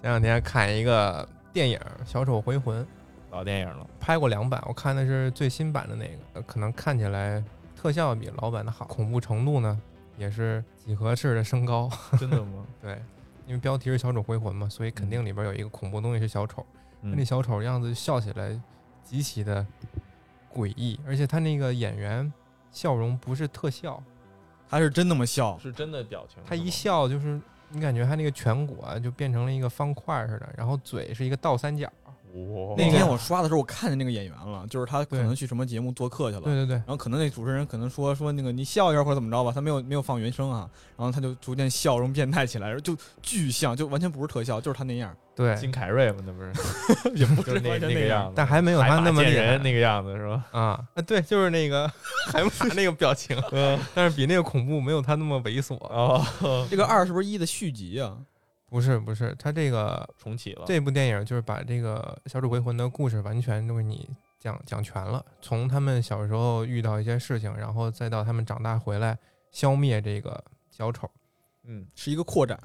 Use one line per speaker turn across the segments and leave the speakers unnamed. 前两天看一个电影《小丑回魂》，
老电影了，
拍过两版，我看的是最新版的那个，呃可能看起来特效比老版的好，恐怖程度呢也是几何式的升高。
真的吗？
对，因为标题是《小丑回魂》嘛，所以肯定里边有一个恐怖东西是小丑。那
嗯
小丑样子笑起来极其的诡异，而且他那个演员笑容不是特效，
他是真那么笑，
是真的表情。
他一
是
笑就是你感觉他那个颧骨啊就变成了一个方块似的，然后嘴是一个倒三角。
吗，哇
那天我刷的时候，我看见那个演员了，就是他可
对
能去什么节目做客去了，
对对对，
然后可能那主持人可能说说那个你笑一下或者怎么着吧，他没有没有放原声啊，然后他就逐渐笑容变态起来，然后就巨像，就完全不是特效，就是他那样。
对
金凯瑞嘛，那不是
也不
就是那那个样子，
但还没有他那么
海马
厉
见
害
人那个样子是吧？
啊啊，对，就是那个海马 那个表情，
嗯，
但是比那个恐怖没有他那么猥琐。
哦，
这个二是不是一的续集啊？
啊不是不是，他这个
重启了，
这部电影就是把这个《小丑回魂》的故事完全都给你讲讲全了，从他们小时候遇到一些事情，然后再到他们长大回来消灭这个小丑。
嗯，
是一个扩展，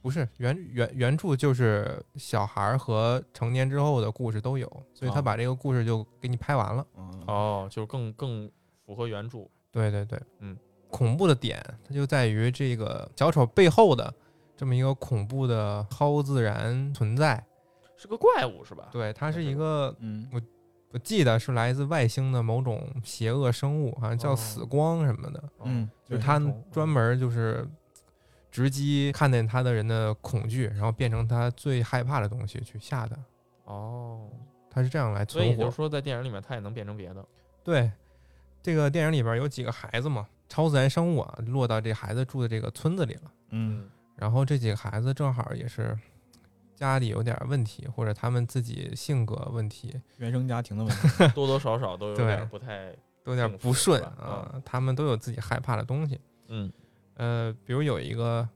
不是原原原著就是小孩儿和成年之后的故事都有，所以他
哦
把这个故事就给你拍完了。
嗯，
哦，就是更更符合原著，
对对对，
嗯，
恐怖的点它就在于这个小丑背后的这么一个恐怖的超自然存在。
是个怪物是吧？
对，它是
是
一
的
个
嗯，
我记得是来自外星的某种邪恶生物，好像叫
哦
死光什么的，
哦
嗯，
就是
对
它
那种
专门就是直击看见它的人的恐惧，然后变成他最害怕的东西去吓他，
哦，
他是这样来
所以
存
也就
活
是。说，在电影里面它也能变成别的，
对，这个电影里边有几个孩子嘛，超自然生物啊，落到这孩子住的这个村子里了。
嗯，
然后这几个孩子正好也是家里有点问题，或者他们自己性格问题，
原生家庭的问题，
多多少少都有
对
点不太，
都有点不
幸福
顺
是吧
啊，他们都有自己害怕的东西。
嗯，
呃，比如有一个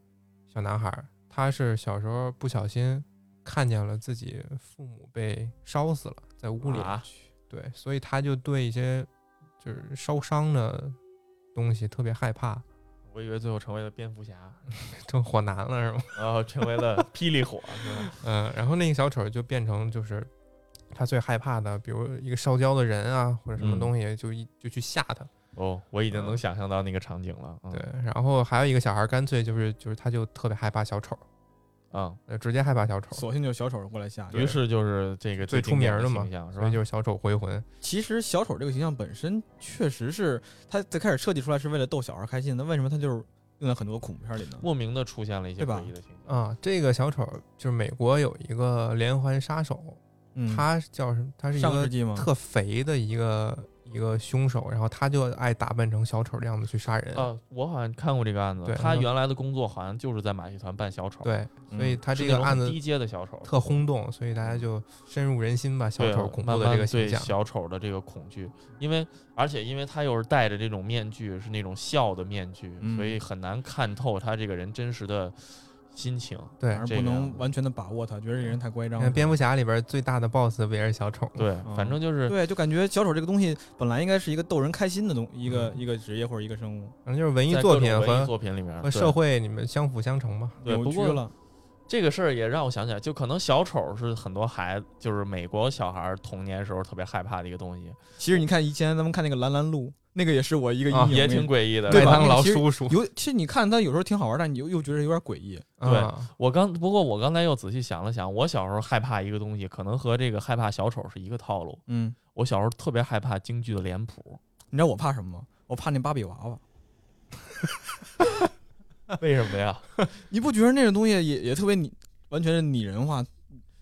小男孩儿，他是小时候不小心看见了自己父母被烧死了，在屋里，
啊
对，所以他就对一些就是烧伤的东西特别害怕，
我以为最后成为了蝙蝠侠，
成火男了是吗？
然后成为了霹雳火，是吧？
嗯、然后那个小丑就变成就是他最害怕的，比如一个烧焦的人啊，或者什么
嗯
东西，就一就去吓他。
哦，我已经能想象到那个场景了，嗯
对，然后还有一个小孩儿干脆就是就是他就特别害怕小丑，
啊，
呃，直接害怕小丑，
索性就小丑过来吓。
于是就是这个
最
经典
出名的嘛
形象是
所
吧
以就？是小丑回魂。
其实小丑这个形象本身确实是他最开始设计出来是为了逗小孩开心的，为什么他就是用在很多恐怖片里呢？
莫名的出现了一些
对吧
诡异的形象，
啊，这个小丑就是美国有一个连环杀手，
嗯，
他叫什么？他是一
上世
个
纪吗？
特肥的一个一个凶手，然后他就爱打扮成小丑的样子去杀人。
啊，我好像看过这个案子
对，
他
嗯
原来的工作好像就是在马戏团扮小丑，，
对，所以
嗯
他
是
这
那
个
种
案
很
子
低阶的小丑，
特轰动，所以大家就深入人心吧。小
对
丑恐
慢
怖的这
慢
个形
对
象，
小丑的这个恐惧，因为而且因为他又是戴着这种面具，是那种笑的面具，
嗯
所以很难看透他这个人真实的心情。
对
反，
这
正不
个
能完全的把握他，觉得这人太乖张
你看。蝙蝠侠里边最大的 BOSS 不也是小丑吗？
对，反
嗯
正就是
对，就感觉小丑这个东西本来应该是一个逗人开心的东一个一个职业或者一个生物，
反正就是文艺
在
作
各种
品
文艺
和
作品里面
和
对
社会你们相辅相成吧。
对，
扭
不
曲
过
了。
这个事儿也让我想起来，就可能小丑是很多孩子，就是美国小孩儿童年时候特别害怕的一个东西，
其实你看以前咱们看那个蓝蓝鹿，那个也是我一个阴
啊
影，
也挺诡异的。
对
麦
吧
当劳
其实
叔叔，
有。其实你看他有时候挺好玩，但你又又觉得有点诡异。
对
啊
我刚不过我刚才又仔细想了想，我小时候害怕一个东西，可能和这个害怕小丑是一个套路。
嗯，
我小时候特别害怕京剧的脸谱，
你知道我怕什么吗？我怕那芭比娃娃。
为什么呀？
你不觉得那种东西也也特别拟，完全是拟人化，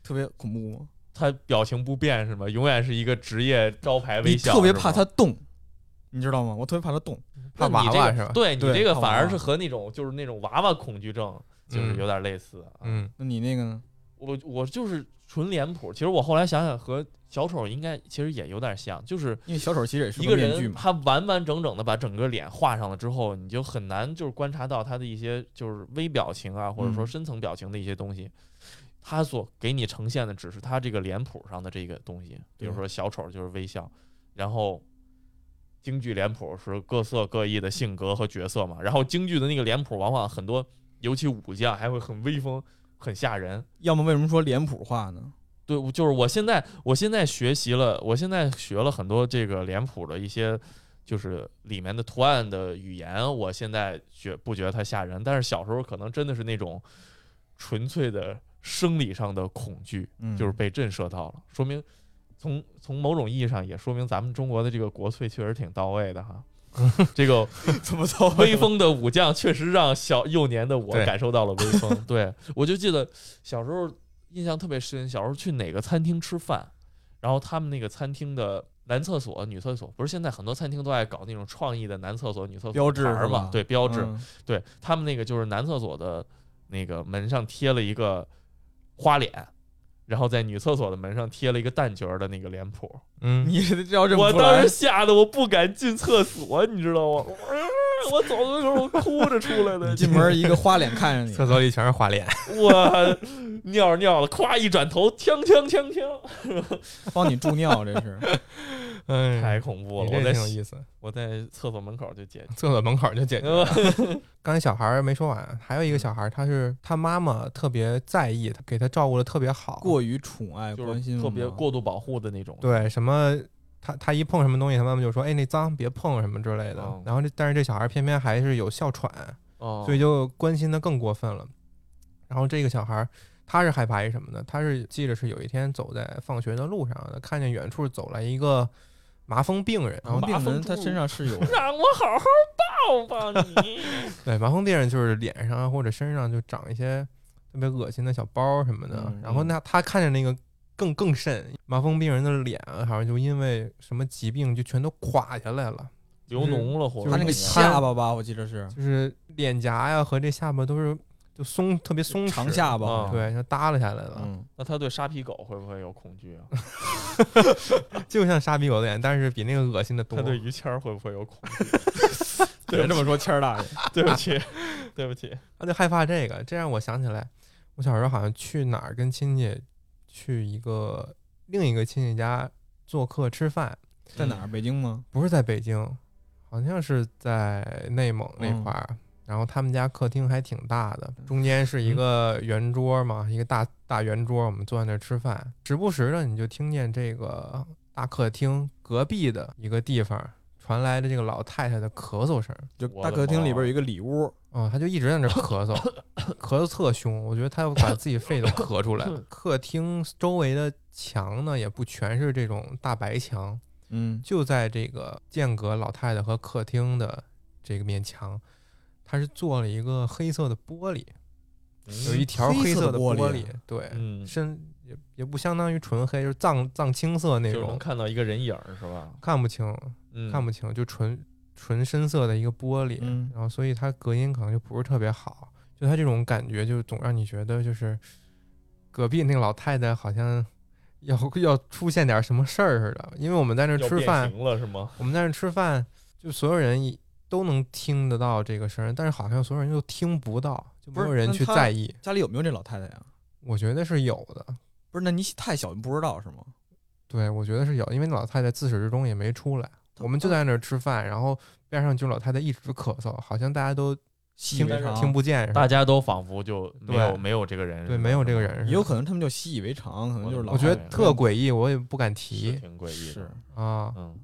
特别恐怖吗？
他表情不变是吗？永远是一个职业招牌微
你
笑，
特别
是吗
怕它动，你知道吗？我特别怕它动。
怕
那
娃
你这
娃
个
是吧？
对你
对
这个
怕
反
娃
而
娃
是和那种就是那种娃娃恐惧症，就是
嗯
有点类似。，啊
嗯，
那你那个呢？
我我就是纯脸谱。其实我后来想想，和小丑应该其实也有点像，就是
因为小丑其实也是
一个
面具
人
嘛，
他完完整整的把整个脸画上了之后，你就很难就是观察到他的一些就是微表情啊，或者说
嗯
深层表情的一些东西。他所给你呈现的只是他这个脸谱上的这个东西，比如
对
说小丑就是微笑，然后京剧脸谱是各色各异的性格和角色嘛，然后京剧的那个脸谱往往很多，尤其武将还会很威风、很吓人。
要么为什么说脸谱化呢？
对，我就是我现在我现在学习了，我现在学了很多这个脸谱的一些，就是里面的图案的语言，我现在觉不觉得它吓人？但是小时候可能真的是那种纯粹的生理上的恐惧，
嗯，
就是被震慑到了，说明。从从某种意义上也说明咱们中国的这个国粹确实挺到位的哈，这个
怎么操
威风的武将确实让小幼年的我
对
感受到了威 风。对我就记得小时候印象特别深，小时候去哪个餐厅吃饭，然后他们那个餐厅的男厕所、女厕所，不是现在很多餐厅都爱搞那种创意的男厕所、女厕所
标志
牌儿
是
嘛
吧？
对，标志。
嗯
对他们那个就是男厕所的那个门上贴了一个花脸，然后在女厕所的门上贴了一个蛋角儿的那个脸谱。
嗯，
你这要认不
我
出
当
来
时，吓得我不敢进厕所，你知道吗？我我走的时候我哭着出来的
你，进门一个花脸看着
厕
你，
所里全是花脸，
我尿着尿了，咵一转头，锵锵锵锵，
帮你助尿，这 是
太
哎，
恐怖
你
了！我
这挺有
在
意思。
我在厕所门口就解决。呃
厕所门口就解决了。刚才小孩儿没说完，还有一个
嗯
小孩儿，他是他妈妈特别在意，他给他照顾的特别好，
过于宠爱
就
关心
是
了
特别
吗
过度保护的那种，
对什么。他他一碰什么东西，他妈妈就说：“哎，那脏，别碰什么之类的。
哦
然后这但是这小孩儿偏偏还是有哮喘，
哦，
所以就关心的更过分了。然后这个小孩儿他是害怕一什么呢？他是记着是有一天走在放学的路上，看见远处走来一个麻风病人。
然后病人他身上是有
让我好好抱抱你。
对，麻风病人就是脸上或者身上就长一些特别恶心的小包什么的。
嗯
然后那他看着那个更更甚，麻风病人的脸好像就因为什么疾病就全都垮下来了，
流脓了，或者
他那个
就是
下巴吧，我记得是
就是脸颊呀和这下巴都是就松特别松弛
长，下巴，
啊
对，就耷拉下来了，
嗯，
那他对沙皮狗会不会有恐惧啊？
就像沙比狗的脸，但是比那个恶心的多
他。对于谦儿会不会有恐惧？
别这么说，谦儿大爷，
对不起，对不起，
他就害怕这个，这让我想起来，我小时候好像去哪儿跟亲戚去一个另一个亲戚家做客吃饭，
在哪儿？北京吗？
不是在北京，好像是在内蒙那
嗯
块儿。然后他们家客厅还挺大的，中间是一个圆桌嘛，一个大大圆桌，我们坐在那儿吃饭，时不时的你就听见这个大客厅隔壁的一个地方传来的这个老太太的咳嗽声。
就
我
大
的
客厅里边
妈
有一个里屋，
哦，他就一直在那儿咳嗽，咳嗽特凶，我觉得他要把自己肺都咳出来了。客厅周围的墙呢，也不全是这种大白墙，
嗯，
就在这个间隔老太太和客厅的这个面墙，它是做了一个黑色的玻璃，有一条
黑色
色
的
的
玻璃
璃，对，
嗯，
深也也不相当于纯黑，就是藏藏青色那
就是能
种，
看到一个人影儿是吧？
看不清，
嗯，
看不清，就纯纯深色的一个玻璃，
嗯
然后所以它隔音可能就不是特别好，就它这种感觉就总让你觉得就是隔壁那个老太太好像要要出现点什么事儿似的，因为我们在那儿
要
吃
变
饭
形，了是 吗？
我们在那吃饭，就所有人一都能听得到这个声儿，但是好像所有人都听不到，就没
不
有
是
人
那
去
他
在意。
家里有没有这老太太呀？
我觉得是有的，
不是，那你太小你不知道是吗？
对我觉得是有，因为那老太太自始至终也没出来，
她
我们就在那儿吃饭，然后边上就老太太一直咳嗽，好像大家都
习以
听
为常，
听不见似
大
的。
家都仿佛就没有
对
没有这个人是吧，
对，没有这个人
也
似
有
的。
可能他们就习以为常，可能就是老
我觉
太
得
太嗯
特诡异，我也不敢
是
提
挺诡异
是
的。。
啊。
嗯，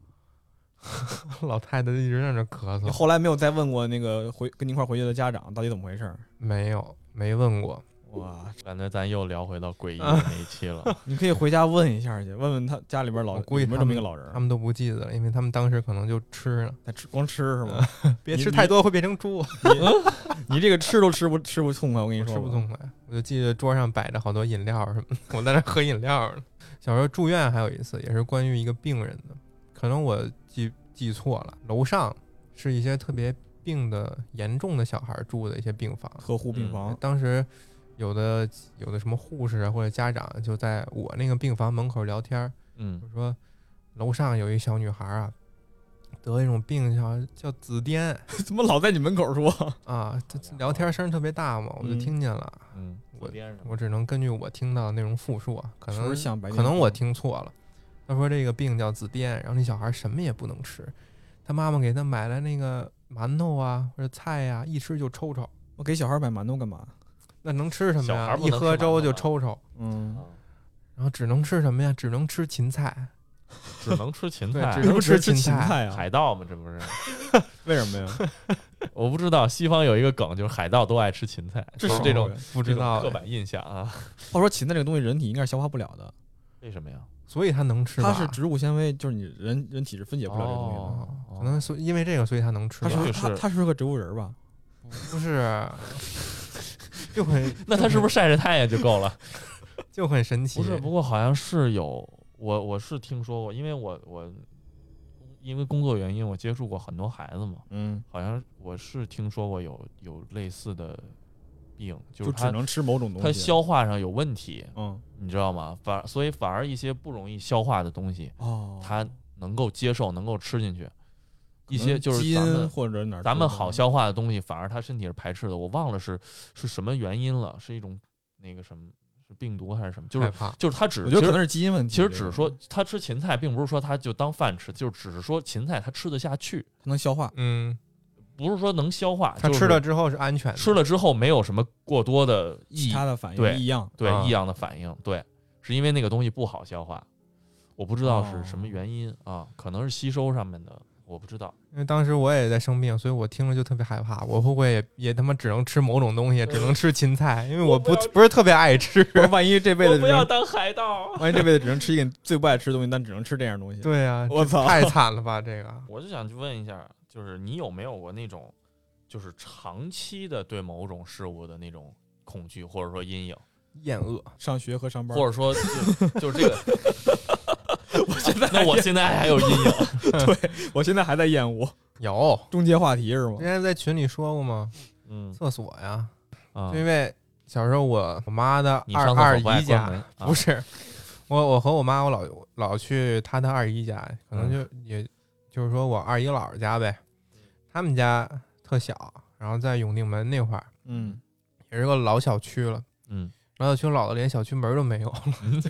老太太一直在那儿咳
你
嗽，
后来没有再问过那个回跟你一块儿回去的家长到底怎么回事儿？
没有没问过。
哇，
感觉咱又聊回到诡异的那一期了。
你可以回家问一下去，问问他家里边老
我估计
有没有
他
这
们
么一个老人
他们都不记得了，因为他们当时可能就吃 呢，
在吃光吃是吗？
别
你
吃
你
太多会变成猪。
嗯你这个吃都吃不吃不痛快，啊我跟你
我
说
吃
吧，
不痛快，我就记得桌上摆着好多饮料什么， 我在那喝饮料呢。小时候住院还有一次，也是关于一个病人的，可能我记记错了，楼上是一些特别病的严重的小孩住的一些病房。
呵护病房，
当时有的有的什么护士啊或者家长就在我那个病房门口聊天儿，
嗯
就说楼上有一小女孩啊，得一种病叫叫紫癜
怎么老在你门口说？
啊，她聊天声特别大嘛，我就
哎嗯
听见了。
嗯，
我
边上
我只能根据我听到的内容复述啊，可
是不
能
是像白癜
可能我
风
听错了。他说这个病叫紫癜，然后那小孩什么也不能吃，他妈妈给他买了那个馒头啊或者菜呀、一吃就抽抽，
我给小孩买馒头干嘛？
那能吃什么
小孩
呀？
不
一
能吃
喝粥
馒头
就
吧
抽抽，
嗯，
啊
然后只能吃什么呀？只能吃芹菜，
只能吃芹
对，
菜啊
只
为什
能
么只吃
芹
芹菜啊？
海盗嘛，这不是？
为什么 呀？
我不知道，西方有一个梗，就是海盗都爱吃芹菜，
这
就是
什么
这种
鬼
不啊
哦这
知
种
道
刻，板印象啊。
话说芹菜这个东西，人体应该是消化不了的，
为什么呀？
所以他能吃吧？
它是植物纤维，就是你人人体是分解不了这个东西的。
哦
哦，可能所以因为这个，所以他能吃
它
吧？
是不
就是是
它它是不是个植物人儿吧？
不是，就很
那他是不是晒晒太阳就够 了？
就很神奇？
不是，不过好像是有我我是听说过，因为我我因为工作原因，我接触过很多孩子嘛，
嗯，
好像我是听说过有有类似的病，就
就是只
他
能吃某种东西。
他消化上有问题，
嗯
你知道吗？反所以反而一些不容易消化的东西，
哦，
他能够接受，能够吃进去。
可
一些
能
就是
基
咱们
因或者哪儿
咱
出
们
的
好消化的东西，反而他身体是排斥的。我忘了是是什么原因了，是一种那个什么是病毒还是什么？就是
害怕。
就是他只
我觉得
其
可
实
能是基因问题。
其实
这
只
个
是说他吃芹菜，并不是说他就当饭吃，就只是说芹菜他吃得下去，
它能消化，
嗯，
不是说能消化。
他
就是
吃了之后是安全的，
吃了之后没有什么过多的
其
异
他的反
对
应异样。
对
啊
异样的反应，对，是因为那个东西不好消化，我不知道是
哦
什么原因啊，可能是吸收上面的，我不知道。
因为当时我也在生病，所以我听着就特别害怕。我会不会也也他妈只能吃某种东西，只能吃芹菜？因为我不不是特别爱吃。
不是，万一这辈 子只能，
当海盗。
万一这辈子只能吃一个你最不爱吃的东西，但只能吃这样东西。
对啊，
我操
太惨了吧！这个
我就想去问一下，就是你有没有过那种，就是长期的对某种事物的那种恐惧或者说阴影，
厌恶，
上学和上班，
或者说就就 是这个。我现在那我现在还有阴 影，
我现在还在厌恶。
有
终结话题是吗
之？前在群里说过吗？
嗯
厕所呀，
啊
就，因为小时候我我妈的
你
二
上
二
厕所不爱
姨
关
家
门，啊
不是我我和我妈我老老去她的二姨家，可
嗯
能就也就是说我二姨姥姥家呗，他们家特小，然后在永定门那块儿
嗯，
也是个老小区了。
嗯，
老小区老的连小区门儿都没有了，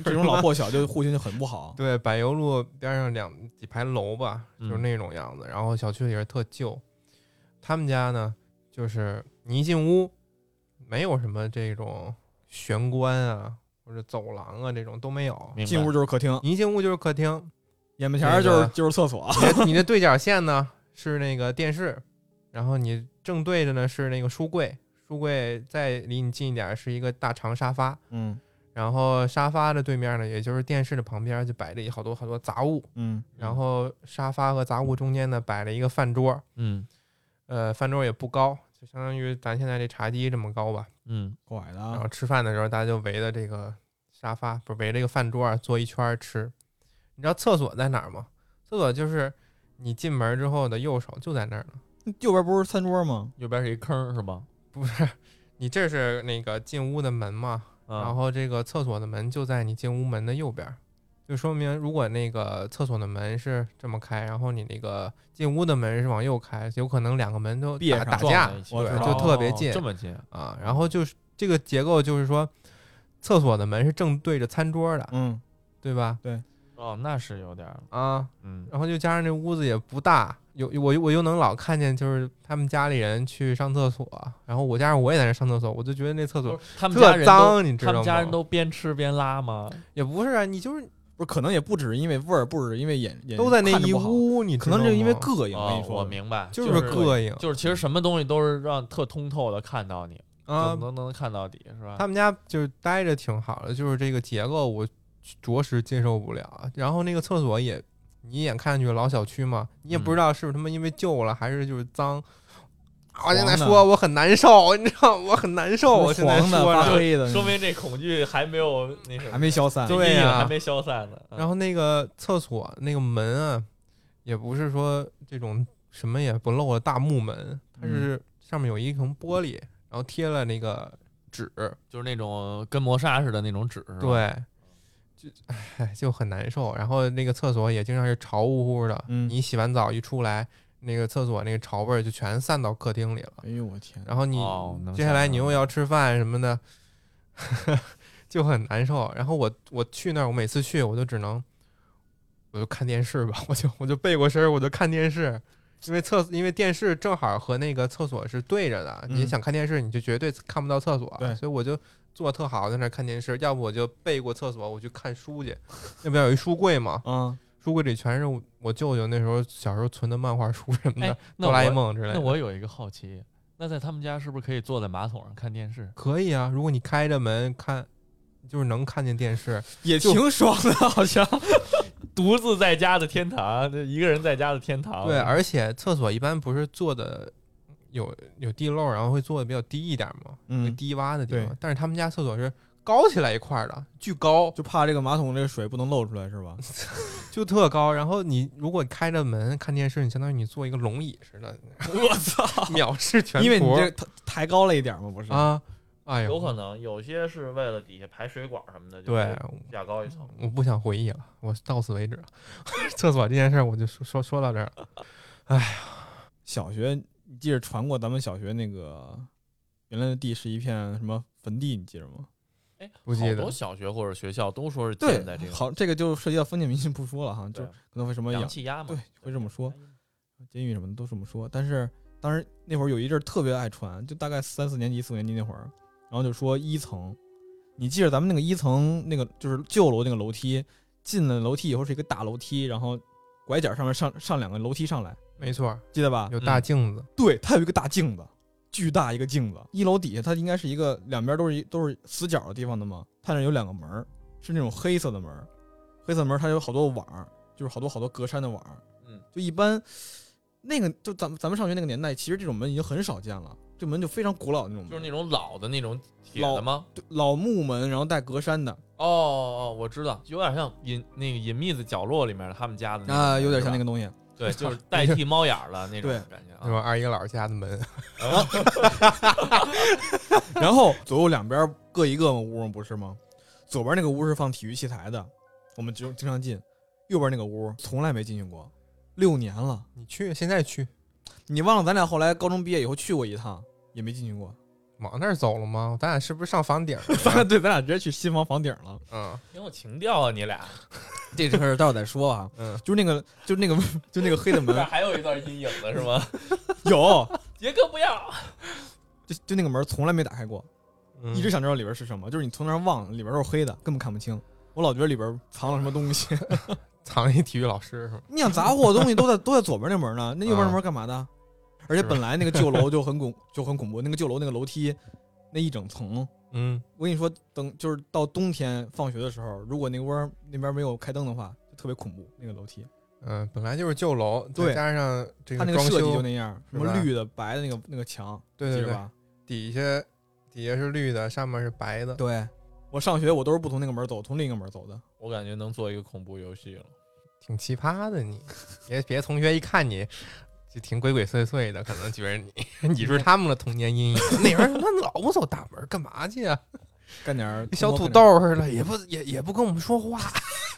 这种老破小就户型就很不好。
对，柏油路边上两几排楼吧，
嗯
就是那种样子。然后小区里是特旧，他们家呢，就是你一进屋，没有什么这种玄关啊或者走廊啊这种都没有，
明白
进屋就是客厅，
你一进屋就是客厅，
眼门前儿就是就是厕所。
你的你的对角线呢是那个电视，然后你正对着呢是那个书柜，书柜再离你近一点是一个大长沙发，
嗯
然后沙发的对面呢，也就是电视的旁边就摆着好多好多杂物，
嗯
然后沙发和杂物中间呢摆了一个饭桌，
嗯
呃，饭桌也不高，就相当于咱现在这茶几这么高吧。
嗯
拐的
然
啊
后，吃饭的时候，大家就围着这个沙发，不是围着这个饭桌啊坐一圈儿吃。你知道厕所在哪儿吗？厕所就是你进门之后的右手就在那儿呢。
右边不是餐桌吗？
右边是一坑是吧？
不是，你这是那个进屋的门嘛？
啊
然后这个厕所的门就在你进屋门的右边儿，就说明如果那个厕所的门是这么开，然后你那个进屋的门是往右开，有可能两个门都
闭
打
上
打
撞
架
在一起
我
对
知道
就特别近
哦这么近，
啊。然后就是这个结构，就是说厕所的门是正对着餐桌的，
嗯，
对吧？
哦，那是有点儿，
啊，
嗯
然后就加上这屋子也不大，有我又我又能老看见就是他们家里人去上厕所，然后我加上我也在那上厕所，我就觉得那厕所
他们家
特
人都，
脏，你知
他
道吗？
们家人都边吃边拉吗？
也不是啊，你就是
不是，可能也不只是因为味儿，不止因为眼眼
都在那
嗯看着
一
不好，
屋，你
可能
就
就因为膈应。我跟
哦
你，说，
我明白，
就
就是
膈应
就是其实什么东西都是让特通透的看到你，
啊
就。能能看到底是吧？
他们家就是待着挺好的，就是这个结构我着实接受不了。啊然后那个厕所也，你一眼看上去老小区嘛，你也不知道是不是他妈因为旧了还是就是脏。我现在
黄的
说我很难受， 你知道我很难受，我现在
黄的
说
发
着。
黑的，
说明这恐惧还没有那什
还
么，
没消散。
这
对
阴影
呀
还没消散呢。嗯
然后那个厕所那个门啊，也不是说这种什么也不漏的大木门，它是上面有一层玻璃，然后贴了那个纸，
就是那种跟磨砂似的那种纸，是吧，哎
对，就唉就很难受。然后那个厕所也经常是潮乎乎的，
嗯
你洗完澡一出来，那个厕所那个潮味儿就全散到客厅里了。
哎呦我天，
然后你、
哦能
接下来
想
你
象
又要吃饭什么的， 就很难受。然后我我去那儿，我每次去我就只能我就看电视吧， 我就我就背过身儿，我就看电视，因为厕因为电视正好和那个厕所是对着的，
嗯
你想看电视你就绝对看不到厕所，
对
所以我就坐特好在那儿看电视，要不我就背过厕所我去看书去，那边有一书柜嘛，
嗯，
书柜里全是我我舅舅那时候小时候存的漫画书什么的，
哎，那
哆啦 A
我
梦之类的。
那我有一个好奇，那在他们家是不是可以坐在马桶上看电视？
可以啊，如果你开着门看，就是能看见电视。
也
就
挺爽的，好像。
独自在家的天 堂，这一个人在家的天堂。
对，而且厕所一般不是做的有有地漏，然后会做的比较低一点嘛，有
嗯，
低洼的地
对
方。但是他们家厕所是高起来一块儿的，巨高，
就怕这个马桶这个水不能漏出来，是吧？
就特高。然后你如果开着门看电视，你相当于你坐一个龙椅似的，
我操！
藐视全
因为你
国
这抬抬高了一点嘛，不是？
啊！哎呦，
有可能有些是为了底下排水管什么的，就
对，
架高一
嗯
层。
我不想回忆了，我到此为止。 厕所这件事儿我就说说说到这儿了。
小学你记着传过咱们小学那个原来的地是一片什么坟地，你记着吗？
哎，
不记
好
得
多小学或者学校都说是建在这个
好，这个就涉及到封建迷信不说了哈，就
对
可能会什么养
阳气压嘛，
对会这么说。监狱什么的都这么说。但是当时那会儿有一阵儿特别爱传，就大概三四年级、四五年级那会儿，然后就说一层，你记着咱们那个一层那个就是旧楼那个楼梯，进了楼梯以后是一个大楼梯，然后拐角上面上上两个楼梯上来，
没错儿，
记得吧？
有大
嗯
镜子。
对，它有一个大镜子，巨大一个镜子。一楼底下它应该是一个两边都是一都是死角的地方的嘛，它那有两个门儿，是那种黑色的门儿，黑色门儿它有好多网儿，就是好多好多格栅的网儿。
嗯，
就一般那个就咱们咱们上学那个年代，其实这种门已经很少见了，这门就非常古老的那种门，
就是那种老的那种铁的吗？
对老木门，然后带格栅的
哦哦，我知道，有点像隐那个隐秘的角落里面他们家的那
啊，
种
有点像那
嗯是吧
个东西。
对，就是代替猫眼儿了那种感觉
那
啊。
种二姨姥家的门，
然后左右两边各一个屋嘛，不是吗？左边那个屋是放体育器材的，我们就经常进；右边那个屋从来没进去过，六年了。
你去现在去
你忘了咱俩后来高中毕业以后去过一趟，也没进去过。
往那儿走了吗？咱俩是不是上房顶儿
咱俩
了？
对，咱俩直接去新房房顶了。
嗯
挺有情调啊，你俩。
这事儿待会儿再说 啊。
嗯，
就是那个，就是那个， 就那个黑的
这
门
还有一段阴影的是吗？
有，
杰哥不要。
就就那个门从来没打开过，一直想知道里边是什么。就是你从那儿望，里边都是黑的，根本看不清。我老觉得里边藏了什么东西。
藏一体育老师是吗？
你想杂货的东西都在都在左边那门呢，那右边那
啊
门干嘛的？而且本来那个旧楼就很恐就很恐怖，那个旧楼那个楼梯那一整层，
嗯，
我跟你说，等就是到冬天放学的时候，如果那边那边没有开灯的话，就特别恐怖。那个楼梯，
嗯，本来就是旧楼，
对
再加上这
它
个
那个
装
设计就
修，
那样，什
是
么
吧
绿的、白的那个那个墙，
对对
记着
对，
吧？
底下底下是绿的，上面是白的，
对，我上学我都是不从那个门走，从另一个门走的。
我感觉能做一个恐怖游戏了。
挺奇葩的你。别别同学一看你就挺鬼鬼祟祟的，可能觉得你 你是他们的童年阴影。 那人他妈老不走大门，干嘛去啊？
干点儿
跟小土，
偷摸
豆似的，也不也也不跟我们说话，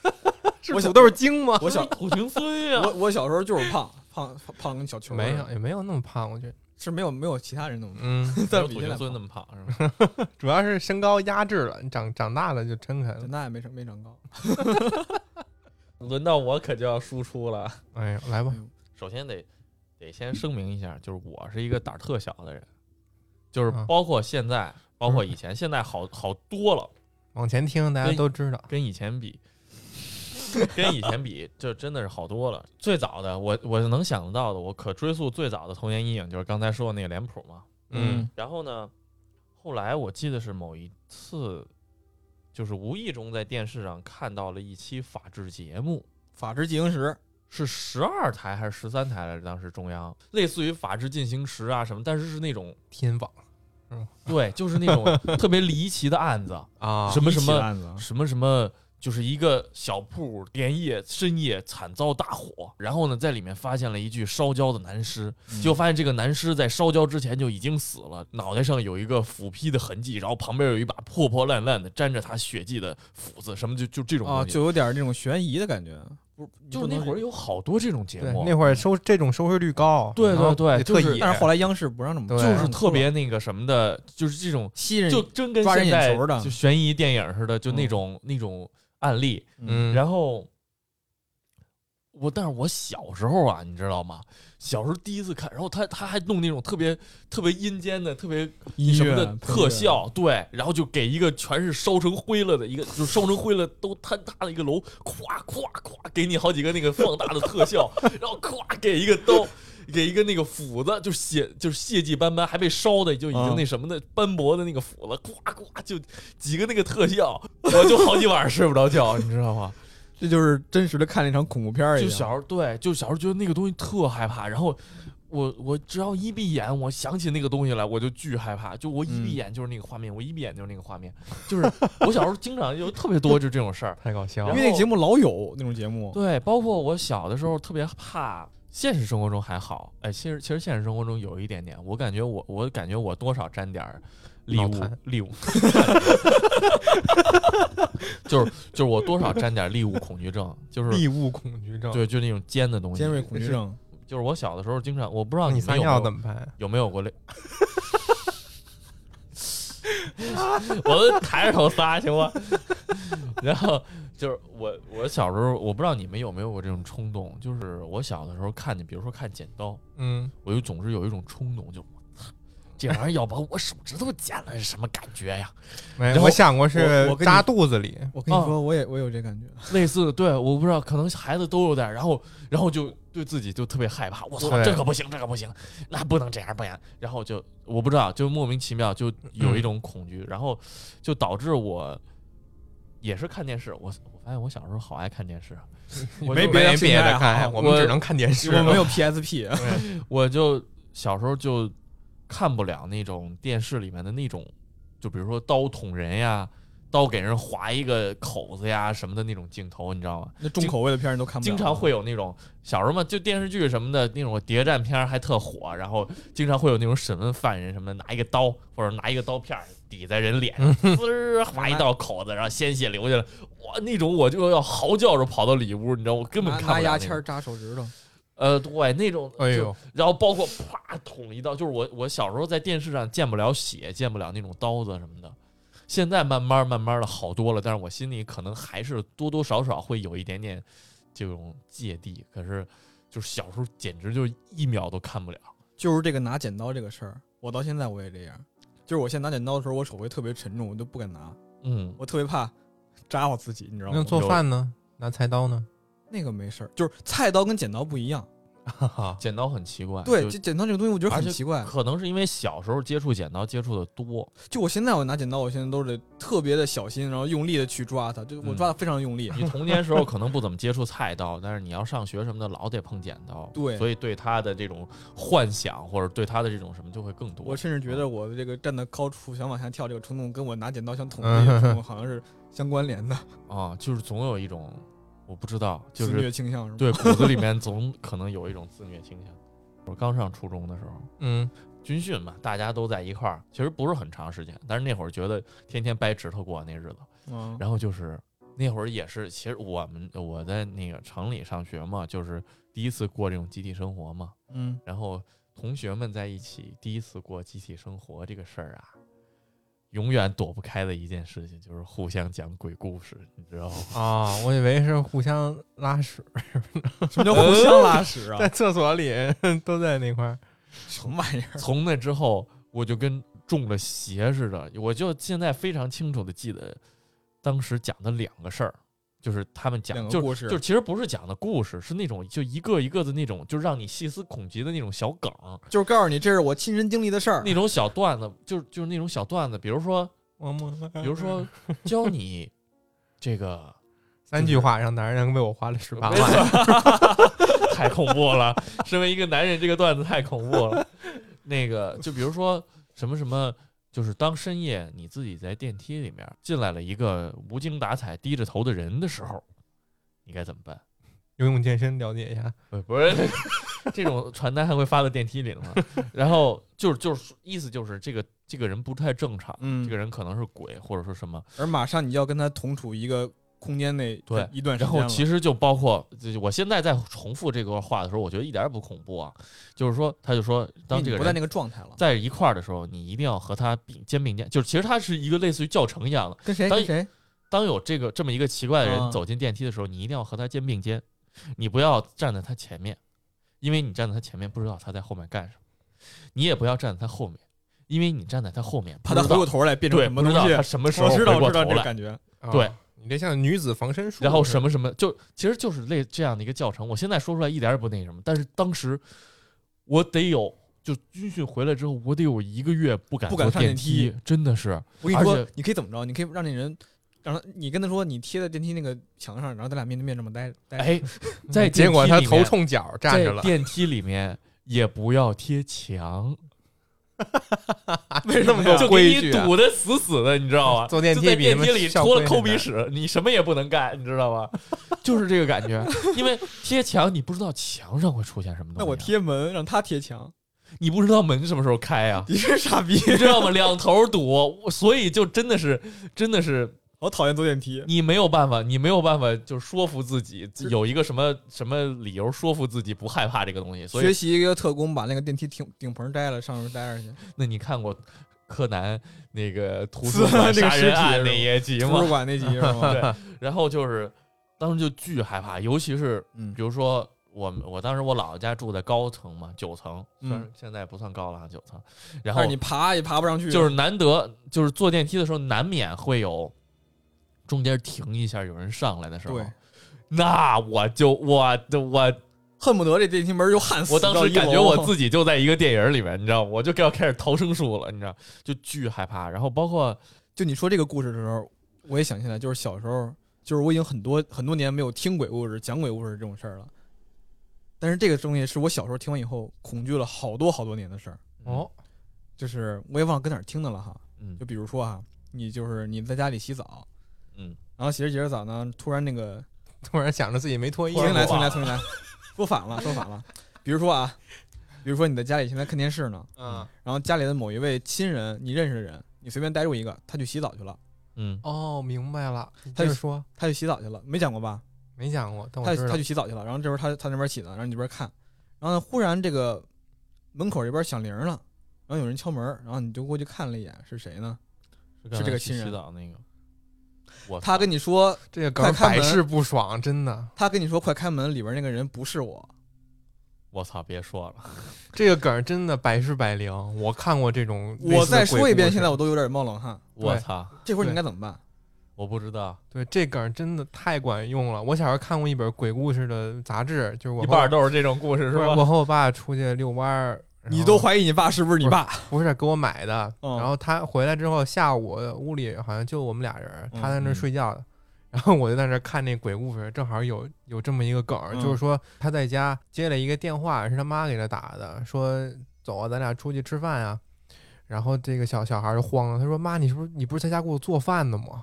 是
我小
土豆精吗？
我小
土情孙
干点儿
呀，
我我小时候就是胖胖胖跟小球儿
没有也没有那么胖，我觉得，
是没有没有其他人那么胖，
嗯。
没
但
有
比
土
现在
情孙
胖
那么胖是吧？
主要是身高压制了，你长长大了就撑开了。
那也没长没长高。
轮到我可就要输出了。
哎呀，来吧，
首先得得先声明一下，就是我是一个胆儿特小的人，就是
啊
包括现在，包括以前，现在好好多了，
往前听，大家都知道。
跟以前比。跟以前比，这真的是好多了。最早的，我我能想到的，我可追溯最早的童年阴影，就是刚才说的那个脸谱嘛。
嗯，
然后呢，后来我记得是某一次，就是无意中在电视上看到了一期法制节目，
法制进行时，
是十二台还是十三台来着？当时中央类似于《法制进行时》啊什么，但是是那种
天网
对，就是那 种特别离奇的案子，
啊
什么什
一起
么
的案子啊，
什么什么，就是一个小铺连夜深夜惨遭大火，然后呢，在里面发现了一具烧焦的男尸，
嗯
结果发现这个男尸在烧焦之前就已经死了，脑袋上有一个斧劈的痕迹，然后旁边有一把破破烂烂的沾着他血迹的斧子，什么就就这种
啊，
东西。
就有点那种悬疑的感觉。不，你
就
不
是那
能
会儿有好多这种节
对
目，，啊
那会儿收这种收视率高，
对
然后
对对
也特
就是
野，
但是后来央视不让这么做，
对
就是特别那个什么的，就是这种
吸引
就真跟
啊抓人
现在
眼球的
就悬疑电影似的，就那
嗯
种那种案例。
嗯，
然后我但是我小时候啊，你知道吗？小时候第一次看，然后他他还弄那种特别特别阴间的、特别
音
什
乐
么的
配
特
乐
效，对，然后就给一个全是烧成灰了的一个，就烧成灰了都坍塌的一个楼，咵咵咵给你好几个那个放大的特效，然后咵给一个刀，给一个那个斧子，就是血就是血迹斑斑，还被烧的就已经那什么的、斑驳的那个斧子，咵咵就几个那个特效，我就好几晚上睡不着觉，你知道吗？
这就是真实的看了一场恐怖片儿一
就
样。
小时候对，就小时候觉得那个东西特害怕，然后我我只要一闭眼，我想起那个东西来，我就巨害怕。就我一
嗯
闭眼就是那个画面，我一闭眼就是那个画面，就是我小时候经常有特别多就这种事儿。
太搞笑
因
了
为。那个节目老有那种节目，
对，包括我小的时候特别怕，现实生活中还好，哎，其实其实现实生活中有一点点，我感觉我我感觉我多少沾点儿。利
脑
物
残
利物， 就是就是我多少沾点儿利物恐惧症，就是
异物恐惧症，
对，就那种尖的东西，
尖锐恐惧症，
就是我小的时候经常，我不知道
你
们
撒
有没
尿
有
怎么办？啊
有没有过类。 我们抬着头撒行吗？ 然后就是我，我小时候我不知道你们有没有过这种冲动，就是我小的时候看见，比如说看剪刀，
嗯，
我就总是有一种冲动，就我操，这玩意儿要把我手指头剪了是什么感觉呀？
没
然，后
我想过
我
是
我跟你
扎肚子里，
我跟你
啊
说，我也我有 这感觉。
类似的，对，我不知道，可能孩子都有点儿，然后，然后就对自己就特别害怕，我操，
对
这可不行，这可不行，那不能这样，不然，然后就我不知道，就莫名其妙就有一种恐
嗯
惧，然后就导致我也是看电视，我我发现我小时候好爱看电 视啊，我
没
就
别
没别的
的
看
看，
我
我们只能看电视
我
了。
没有 PSP，
我就小时候就看不了那种电视里面的那种，就比如说刀捅人呀，刀给人划一个口子呀什么的那种镜头，你知道吗？
那重口味的片儿你都看不了。
经常会有那种小时候嘛，就电视剧什么的那种谍战片儿还特火，然后经常会有那种审问犯人什么的，拿一个刀或者拿一个刀片儿抵在人脸上， 滋儿划一道口子，然后鲜血流下来，哇，那种我就要嚎叫着跑到里屋，你知道我根本
拿
看不了那
拿牙
种
签儿扎手指头，
呃，对，那种，
哎呦，
然后包括啪捅一刀，就是我我小时候在电视上见不了血，见不了那种刀子什么的。现在慢慢慢慢的好多了，但是我心里可能还是多多少少会有一点点这种芥蒂。可是，就是小时候简直就一秒都看不了。
就是这个拿剪刀这个事儿，我到现在我也这样。就是我现在拿剪刀的时候，我手会特别沉重，我都不敢拿，
嗯，
我特别怕扎我自己，你知道
那
吗？
做饭呢？拿菜刀呢？
那个没事儿，就是菜刀跟剪刀不一样。
哈哈，
剪刀很奇怪，
对，
就
这剪刀这个东西我觉得
而
很
且
奇怪。
可能是因为小时候接触剪刀接触的多，
就我现在我拿剪刀，我现在都是得特别的小心，然后用力的去抓它，就我
嗯
抓的非常用力。
你童年时候可能不怎么接触菜刀，但是你要上学什么的，老得碰剪刀，
对
所以对他的这种幻想或者对他的这种什么就会更多。
我甚至觉得我的这个站的高处想往下跳这个冲动，跟我拿剪刀想捅
嗯
自己 的冲动好像是相关联的，
啊，就是总有一种我不知道，就
自虐
是
倾向是吗？
对骨子里面总可能有一种自虐倾向。我刚上初中的时候，
嗯，
军训嘛，大家都在一块儿，其实不是很长时间，但是那会儿觉得天天掰指头过那日子，
嗯，
然后就是那会儿也是，其实我们我在那个城里上学嘛，就是第一次过这种集体生活嘛，
嗯，
然后同学们在一起第一次过集体生活这个事儿啊，永远躲不开的一件事情就是互相讲鬼故事，你知道吗？
啊，我以为是互相拉屎，
什么叫互相拉屎 啊
在？厕所里都在那块儿。
什么玩意儿？
从那之后，我就跟中了邪似的，我就现在非常清楚的记得当时讲的两个事儿，就是他们
两
讲，
个
就
故事，
就其实不是讲的故事，是那种就一个一个的那种，就让你细思恐极的那种小梗儿，
就是告诉你这是我亲身经历的事儿。
那种小段子，就是就是那种小段子，比如说
我摸，
比如说
嗯
教你这个
三句话让男人为我花了十八
没
万，
错 太恐怖了。身为一个男人，这个段子太恐怖了。那个，就比如说什么什么，就是当深夜你自己在电梯里面进来了一个无精打采、低着头的人的时候，你该怎么办？
游泳健身了解一下。
呃不是 这种传单还会发到电梯里吗？ 然后就是就是意思就是这个这个人不太正常，
嗯
这个人可能是鬼或者说什么。
而马上你就要跟他同处一个空间内
对
一段时
然
间
后
了。
其实就包括，就我现在在重复这个话的时候，我觉得一点儿也不恐怖啊。就是说，他就说，当这
因为你
个
不在
人
那个状态了，
在一块儿的时候，你一定要和他并肩并肩。就是其实他是一个类似于教程一样的。
跟谁
当
跟谁
当有这个这么一个奇怪的
啊
人走进电梯的时候，你一定要和他肩并肩。你不要站在他前面，因为你站在他前面不知道他在后面干什么；你也不要站在他后面，因为你站在他后面
怕他
不知
回
道
过头来变成
对
什
不
么东
知道
西
他。什么时候
我
回
知道，我
过
知道
头
这个
来，
感觉。
啊
对
你这像女子防身术，
然后
是
什么什么就其实就是类这样的一个教程。我现在说出来一点也不那什么，但是当时我得有。就军训回来之后，我得有一个月不敢
不敢
坐
上
电
电梯
真的是
我跟你
而
说
且，
你可以怎么着？你可以让那人，让他，你跟他说，你贴在电梯那个墙上，然后咱俩面对面这么待着。待着，
哎， 在
嗯结果
电
他
梯里
头
面
冲脚站着
在
了，
电梯里面也不要贴墙，
啊
为什么
这么
这么
就给
规
你
矩啊？
堵得死死的，你知道吗？
坐电
就
梯
在
比
电
你们
梯里
校
脱了
规
抠
还
鼻
难
屎，你什么也不能干，你知道吗？ 就是这个感觉，因为贴墙你不知道墙上会出现什么东西啊，
那我贴门，让他贴墙，
你不知道门什么时候开啊呀、
你是傻逼！
你知道吗？两头堵，我所以就真的是，真的是
我讨厌坐电梯。
你没有办法，你没有办法就说服自己有一个什么什么理由说服自己不害怕这个东西。 所以
学习一个特工，把那个电梯顶顶棚摘了，上面待着去。
那你看过柯南那个图 书馆
那个
杀
尸体
人案
是
那
吗
一集
图书
吗？
馆那集是吗？
对，然后就是当时就巨害怕，尤其是
嗯
比如说我们我当时我姥姥家住在高层嘛，九层，虽然
嗯
现在不算高了啊，九层。然
但
后
是你爬也爬不上去，
就是难得就是坐电梯的时候，难免会有中间停一下有人上来的时候
对，，
那我就我我
恨不得这电梯门就焊死。
我当时感觉我自己就在一个电影里面，你知道吗，我就要开始逃生术了，你知道，就巨害怕。然后包括
就你说这个故事的时候，我也想起来，就是小时候，就是我已经很多很多年没有听鬼故事、讲鬼故事这种事儿了。但是这个东西是我小时候听完以后恐惧了好多好多年的事儿，
哦，
就是我也忘了跟哪儿听的了哈。
嗯
就比如说哈，你就是你在家里洗澡，
嗯，
然后洗着洗着澡呢，突然那个
突然想着自己没脱衣
重新
服，啊
来，重新来，重新来，说反了，说反了。比如说啊，比如说你在家里现在看电视呢，
嗯，
然后家里的某一位亲人，你认识的人，你随便逮住一个，他去洗澡去了，
嗯
哦，明白了，你
他
接着
就
说
他去洗澡去了，没讲过吧？
没讲过，但我
他
知
他
道
去洗澡去了，然后这边他他那边洗呢，然后你这边看，然后呢忽然这个门口这边响铃了，然后有人敲门，然后你就过去看了一眼，是谁呢？
刚才
这个
去
亲人
洗澡那个，我
他跟你说，
这个梗
快开
百
门
试不爽，真的，
他跟你说快开门，里边那个人不是我，
我操，别说了，
这个梗真的百试百灵。我看过这种类似的鬼故事，
我再说一遍，现在我都有点冒冷汗，
我
对
操，
这会儿
对
你应该怎么办？
我不知道，
对这梗真的太管用了。我小时候看过一本鬼故事的杂志，就是我
一
和
半都是这种故事是
不我
吧？
和我爸出去遛弯儿，然
你
后
都怀疑你爸是不是你爸？
不是给我买的。
嗯
然后他回来之后，下午屋里好像就我们俩人儿，
嗯
他在那儿睡觉的。然后我就在那儿看那鬼故事，正好有有这么一个梗儿，
嗯
就是说他在家接了一个电话，是他妈给他打的，说走啊，咱俩出去吃饭呀、然后这个小小孩儿就慌了，他说：“妈，你是不是你不是在家给我做饭呢吗？”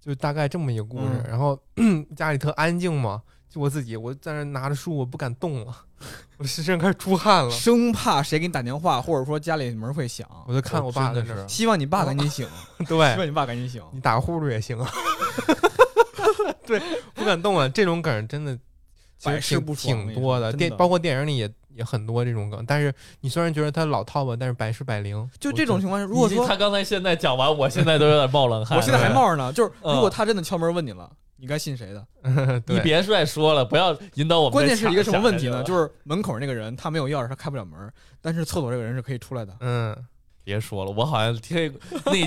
就大概这么一个故事。
嗯
然后 家里特安静嘛，就我自己，我在那儿拿着书，我不敢动了， 我身上开始出汗了，
生怕谁给你打电话，或者说家里门会响，
我就看我爸在
真
那儿
的，是，
希望你爸赶紧 醒，
对
希，望你爸赶紧醒。
你打个呼噜也行啊。 对，不敢动啊，这种梗真的其
百试
实挺
不爽
挺
那种
多的，
真
电
的
包括电影里也也很多这种梗。但是你虽然觉得它老套吧，但是百试百灵。
就这种情况下，如果
你
说
他刚才现在讲完，我现在都有点冒冷汗，
我现在还
对
冒着呢，就是
嗯
如果他真的敲门问你了，你该信谁的？
你
呃对，
别再说了，不要引导我们。
关键是一个什么问题呢？就是门口那个人他没有钥匙，他开不了门，但是厕所这个人是可以出来的。
嗯，
别说了，我好像听 那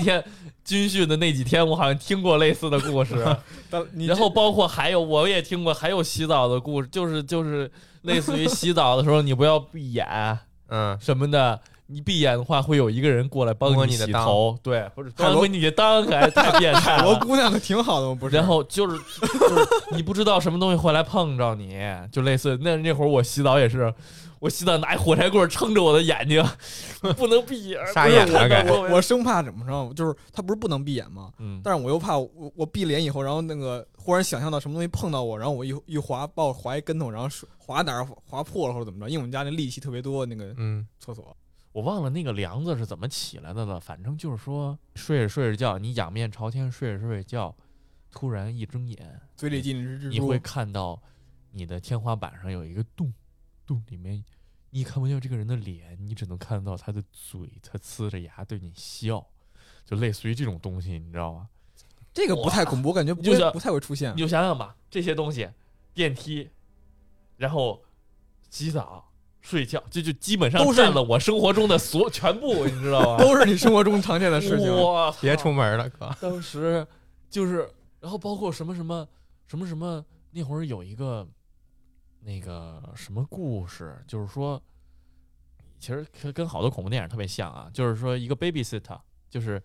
天军训的那几天，我好像听过类似的故事。
啊
但你
然后包括还有，我也听过还有洗澡的故事，就是就是类似于洗澡的时候，你不要闭眼
嗯，
什么的。你闭眼的话，会有一个人过来帮
摸你的
洗
裆
头，对，不是
海
帮
螺
过你的裆，还太变态
我
了。
姑娘可挺好的吗？不是？
然后就是，就是你不知道什么东西会来碰着你，就类似那那会儿我洗澡也是，我洗澡拿一火柴棍撑着我的眼睛， 不能闭眼，
傻
不是
眼啊
我
了该
我
我生怕怎么着，就是他不是不能闭眼吗？
嗯，
但是我又怕我我闭了眼以后，然后那个忽然想象到什么东西碰到我，然后我一一滑，把我滑一跟头，然后是滑哪儿滑破了或者怎么着？因为我们家那力气特别多，那个
嗯
厕所
我忘了那个梁子是怎么起来的了，反正就是说睡着睡着觉，你仰面朝天睡着睡着觉，突然一睁眼，
嘴里进的是蜘
你会
蛛，
看到你的天花板上有一个洞，洞里面你看不见这个人的脸，你只能看到他的嘴，他呲着牙对你笑，就类似于这种东西，你知道吗？
这个不太恐怖，我感觉不
就
会
像
不太会出现
你。就想想吧，这些东西，电梯、然后洗澡、睡觉，这就基本上
都是
占了我生活中的所全部，你知道吧？
都是你生活中常见的事情。
我操
别出门了，哥。
当时就是，然后包括什么什么什么什么，那会儿有一个那个什么故事，就是说，其实跟跟好多恐怖电影特别像啊，就是说一个 babysitter，就是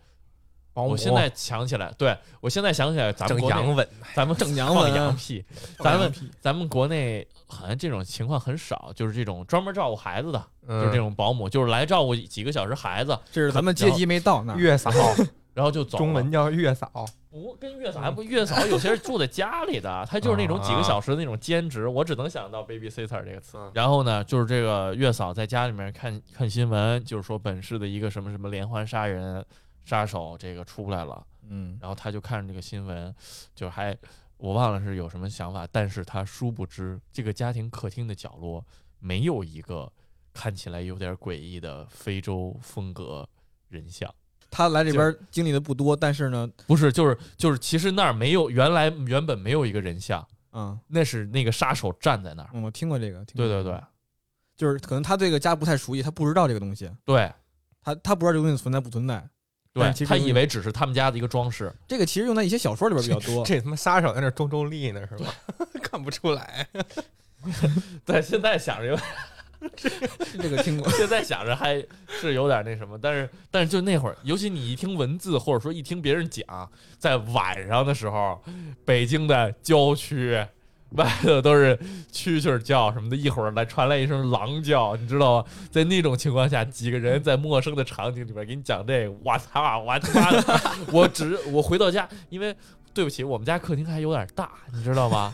保姆
我现在想起来，对我现在想起来，咱们
整
国内
阳痿，
咱们
整阳 啊
放
痿
羊屁，咱们
咱们
咱们国内好像这种情况很少，就是这种专门照顾孩子的，
就
就是这种保姆，就是来照顾几个小时孩子，
这是咱们阶级没到那儿，
嗯月 嫂，
然后就走了。
中文叫月嫂，
不跟月嫂啊还不月嫂，有些是住在家里的，他就是那种几个小时的那种兼职，我只能想到 babysitter 这个词。然后呢，就是这个月嫂在家里面看看新闻，就是说本市的一个什么什么连环杀人杀手这个出来了，
嗯，
然后他就看这个新闻，就还我忘了是有什么想法，但是他殊不知这个家庭客厅的角落没有一个看起来有点诡异的非洲风格人像。
他来这边经历的不多，但是呢，
不是，就是就是，其实那儿没有，原来原本没有一个人像，
嗯，
那是那个杀手站在那儿。
嗯我听过这个，听过
对
这
对
个
对，
就是可能他对这个家不太熟悉，他不知道这个东西，
对
他他不知道这个东西存在不存在。但其
对，
实
他以为只是他们家的一个装饰。
这个其实用在一些小说里边比较多，
这他妈杀手在那周周立呢是吧？ 看不出来，
对，现在想着有，。
这个听过
现在想着还是有点那什么，但是但是就那会儿，尤其你一听文字，或者说一听别人讲，在晚上的时候，北京的郊区。外头都是蛐蛐叫什么的，一会儿来传来一声狼叫，你知道吗？在那种情况下，几个人在陌生的场景里边给你讲这个，我操，我他妈的，我只我回到家，因为对不起，我们家客厅还有点大，你知道吗？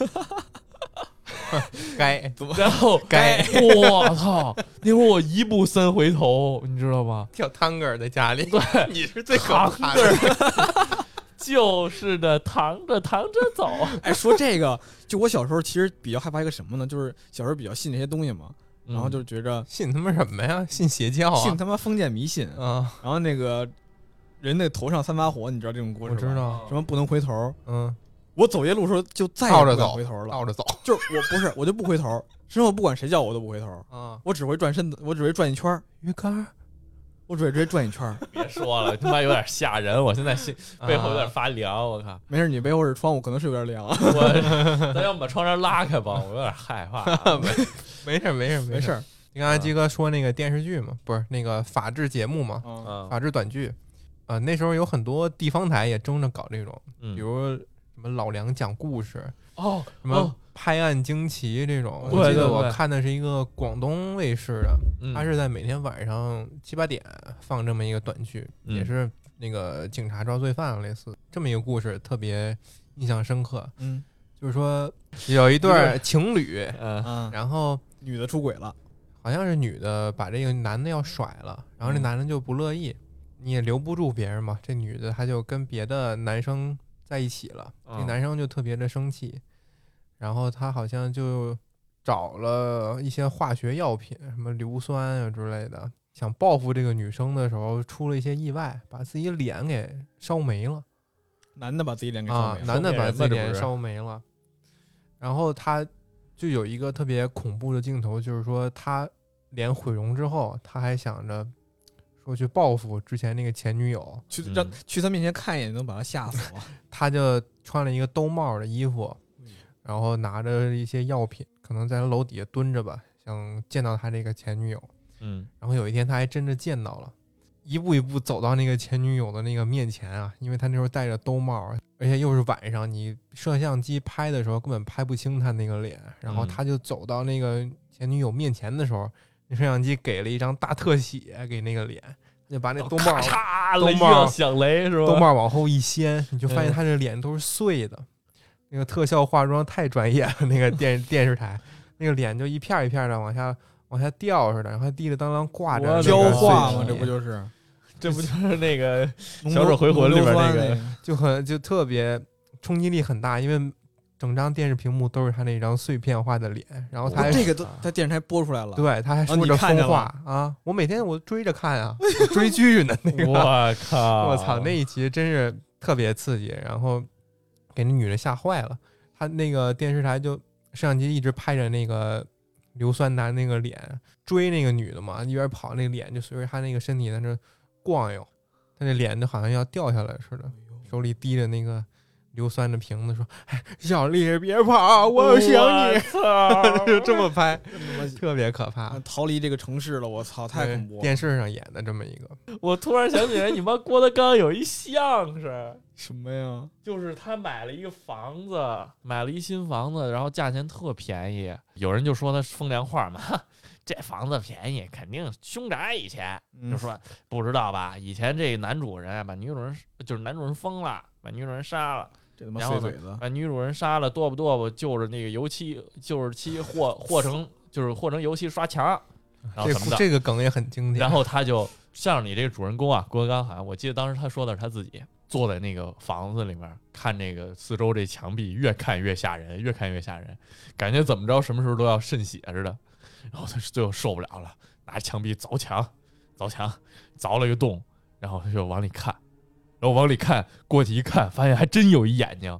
该怎么
然后
该
我操，那会儿我一步三回头，你知道吗？
跳探戈在家里？
对，
你是最可
扛
怕
着
的。，
就是的，扛着扛着 走。
哎，说这个，就我小时候其实比较害怕一个什么呢？就是小时候比较信这些东西嘛，然后就觉着
信他妈什么呀？信邪教嗯啊？
信他妈封建迷信，
啊，
然后那个人那头上三把火，你知道这种故
我
事吧
知
嗯
道，
什么不能回头，
嗯，
我走夜路的时候就再也
倒
不
着
敢
走哦
回头了，
倒着走
就是我 不是我就不回头，身后不管谁叫我我都不回头，
啊。
我只会转身子，我只会转一圈儿，
鱼竿儿
我只会直接转一圈儿。
别说了，他妈有点吓人，我现在心背后有点
啊
发凉，我靠！
没事，你背后是窗户，可能是有点凉。
我咱要不把窗帘拉开吧，我有点害怕啊。
没事儿没事儿
没
事
事
儿。
儿，
你刚才鸡哥说那个电视剧嘛，不是那个法制节目嘛，
嗯
嗯
法制短剧。啊，那时候有很多地方台也争着搞这种，比
嗯，
如什么老梁讲故事，
哦
什么
哦，
拍案惊奇这种。
对
我记得
对
我
对
看的是一个广东卫视的，
嗯
他是在每天晚上七八点放这么一个短剧，
嗯
也是那个警察抓罪犯类似这么一个故事，特别印象深刻。
嗯
就是说有一对儿情侣，
嗯
啊，
然后
女的出轨了，
好像是女的把这个男的要甩了，然后这
嗯
男的就不乐意，你也留不住别人嘛，这女的她就跟别的男生在一起了，
哦
这男生就特别的生气，然后他好像就找了一些化学药品，什么硫酸啊之类的，想报复这个女生的时候出了一些意外，把自己脸给烧没了。
男的把自己脸给烧
啊
没，了。
男的把自己
后面人嘛这
脸
不是
烧没了，然后他就有一个特别恐怖的镜头，就是说他脸毁容之后，他还想着说去报复之前那个前女友，
去
嗯
让去他面前看一眼，能把他吓 死我。
他就穿了一个兜帽的衣服，
嗯
然后拿着一些药品，可能在楼底下蹲着吧，想见到他这个前女友。
嗯
然后有一天他还真的见到了，一步一步走到那个前女友的那个面前啊，因为他那时候戴着兜帽，啊而且又是晚上，你摄像机拍的时候根本拍不清他那个脸。然后
嗯
他就走到那个前女友面前的时候，那摄像机给了一张大特写给那个脸，就把那兜帽、
哦咔嚓，
兜
雷
帽
要响雷是吧？
兜帽往后一掀，你就发现
嗯
他这脸都是碎的。那个特效化妆太专业了，那 个电电视台那个脸就一片儿一片的往下往下掉似的，然后滴里当啷挂着
我的
那
焦
个
化嘛，
碎
这
皮
不就是
这不就是 那个
浓
小丑回魂里边
浓硫
那
酸
个
那
就很就特别冲击力很大，因为整张电视屏幕都是他那张碎片化的脸，然后他还
个？这个都在电视台播出来了。
对他还说
你
着
看见
疯话啊！我每天我追着看啊，我追剧呢那个，
我靠！
我操那一集真是特别刺激，然后给那女的吓坏了，她那个电视台就摄像机一直拍着那个硫酸男那个脸追那个女的嘛，一边跑那脸就随着他那个身体在那晃悠，他那脸就好像要掉下来似的，
哎
手里提着那个硫酸的瓶子说：“哎，小丽别跑，我想你。，
操
就
啊
这么拍，
我
特别可怕。
啊逃离这个城市了，我操，太恐怖了！
电视上演的这么一个，
我突然想起来，你妈郭德纲有一相声，
什么呀？
就是他买了一个房子，买了一新房子，然后价钱特便宜，有人就说他风凉话嘛， 哈这房子便宜，肯定凶宅以前就说不知道吧，以前这男主人啊把女主人就是男主人疯了，把女主人杀了，
这他妈
然
碎
后呢
嘴子，
把女主人杀了，剁吧剁吧，就是那个油漆，就是 漆和和成，就是和成油漆刷墙，然后
这
什么的。
这个梗也很经典。
然后他就像你这个主人公啊，郭德纲好像我记得当时他说的是他自己坐在那个房子里面看那个四周这墙壁，越看越吓人，越看越吓人，感觉怎么着什么时候都要渗血似的。然后他最后受不了了，拿墙壁凿墙，凿墙，凿了一个洞，然后他就往里看，然后往里看，过去一看，发现还真有一眼睛，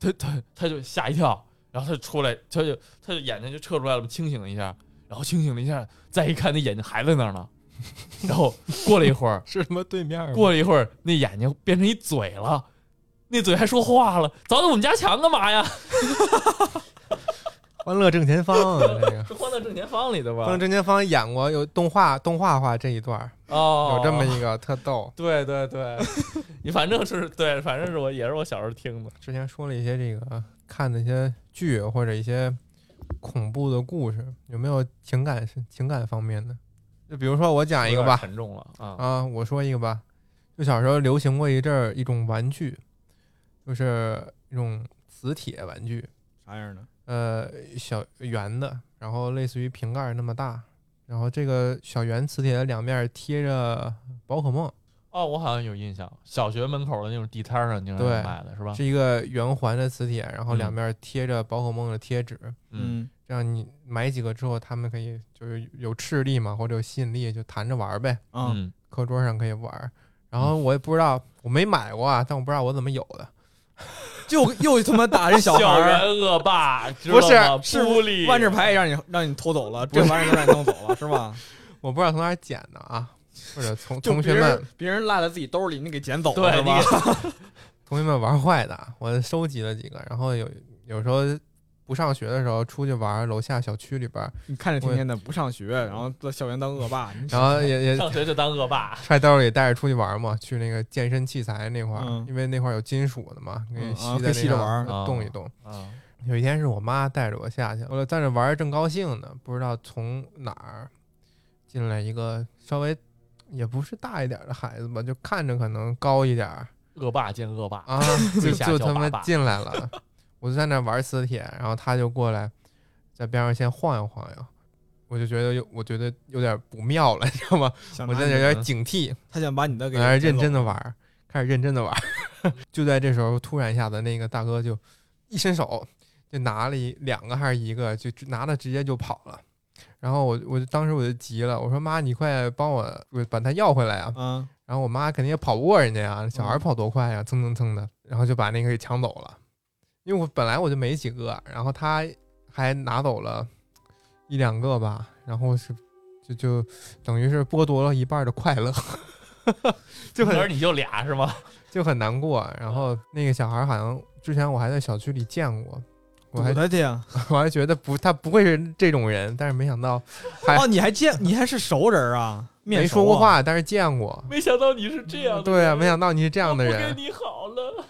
他 他他就吓一跳，然后他就出来，他就他就眼睛就撤出来了，清醒了一下，然后清醒了一下，再一看那眼睛还在那儿呢， 然后过了一会儿，
是他妈对面吗
过了一会儿那眼睛变成一嘴了，那嘴还说话了，凿到我们家墙干嘛呀？
欢乐正前方》
。
啊，这个
是放在正前方里的
欢乐
吧？
正前方演过有动画动画化这一段儿，
哦，
有这么一个特逗。
对对对， 你反正是对，反正是我也是我小时候听的。
之前说了一些这个看的一些剧或者一些恐怖的故事，有没有情感情感方面的？就比如说我讲一个
有点
吧，
沉重了啊，
啊，我说一个吧。就小时候流行过一阵儿一种玩具，就是一种磁铁玩具，
啥样的？
呃，小圆的，然后类似于瓶盖儿那么大，然后这个小圆磁铁的两面儿贴着宝可梦，
哦，我好像有印象，小学门口的那种地摊上经常
对
卖的是吧？
啊
是一个圆环的磁铁，然后两
嗯
面儿贴着宝可梦的贴纸，
嗯，
这样你买几个之后，他们可以就是有斥力嘛，或者有吸引力，就弹着玩儿呗，
啊，
嗯
课桌上可以玩儿。然
嗯
后我也不知道，我没买过啊，但我不知道我怎么有的。
就又他妈打人小
校
孩儿，
园恶霸
不是
是
不利
万智牌也让你让你偷走了，这玩意儿都让你弄走了，是吧？
我不知道从哪儿捡的啊，或者从
就
同
别
学们
人别人落在自己兜里，你给捡走了，
对
是
你
吧？
同学们玩坏的啊，我收集了几个，然后有有时候不上学的时候出去玩儿，楼下小区里边儿，
你看着天天的不上学，然后在校园当恶霸，你
然后也也
上学就当恶霸，
揣兜里带着出去玩儿嘛，去那个健身器材那块儿，
嗯
因为那块儿有金属的嘛，可以
嗯
吸在
啊可以
那
吸着
上
玩儿
啊
动一动。
啊，
有一天是我妈带着我下去了，我在那玩儿正高兴呢，不知道从哪儿进来一个稍微也不是大一点儿的孩子吧，就看着可能高一点儿
恶霸见恶霸，
啊，就
跪下
就
叫
他
爸
妈
爸
进来了，我就在那玩磁铁，然后他就过来在边上先晃悠晃悠，我就觉得有我觉得有点不妙了，你知道吗？
想
我
拿
在
你
那有
的
点警惕，
他想把你的给
在那认真
的
的玩儿，开始认真的玩儿。 就在这时候，突然一下子，那个大哥就一伸手，就拿了一两个还是一个，就直拿了直接就跑了。然后我我就当时我就急了，我说妈，你快帮我我把他要回来啊！
啊，
然后我妈肯定也跑不过人家呀，小孩
嗯
跑多快呀，蹭蹭蹭的，然后就把那个给抢走了。因为我本来我就没几个，然后他还拿走了一两个吧，然后是就就等于是剥夺了一半的快乐， 就
可
很
是你就俩是吗？
就很难过。然后那个小孩好像之前我还在小区里见过，我还
堵他去呀！
我还 觉得不他不会是这种人，但是没想到还
哦，你还见你还是熟人啊？面
没
熟
说过
啊，
话，但是见过。
没想到你是这样的人，
对啊，没想到你是这
这
样的
我
人
跟，你好 了。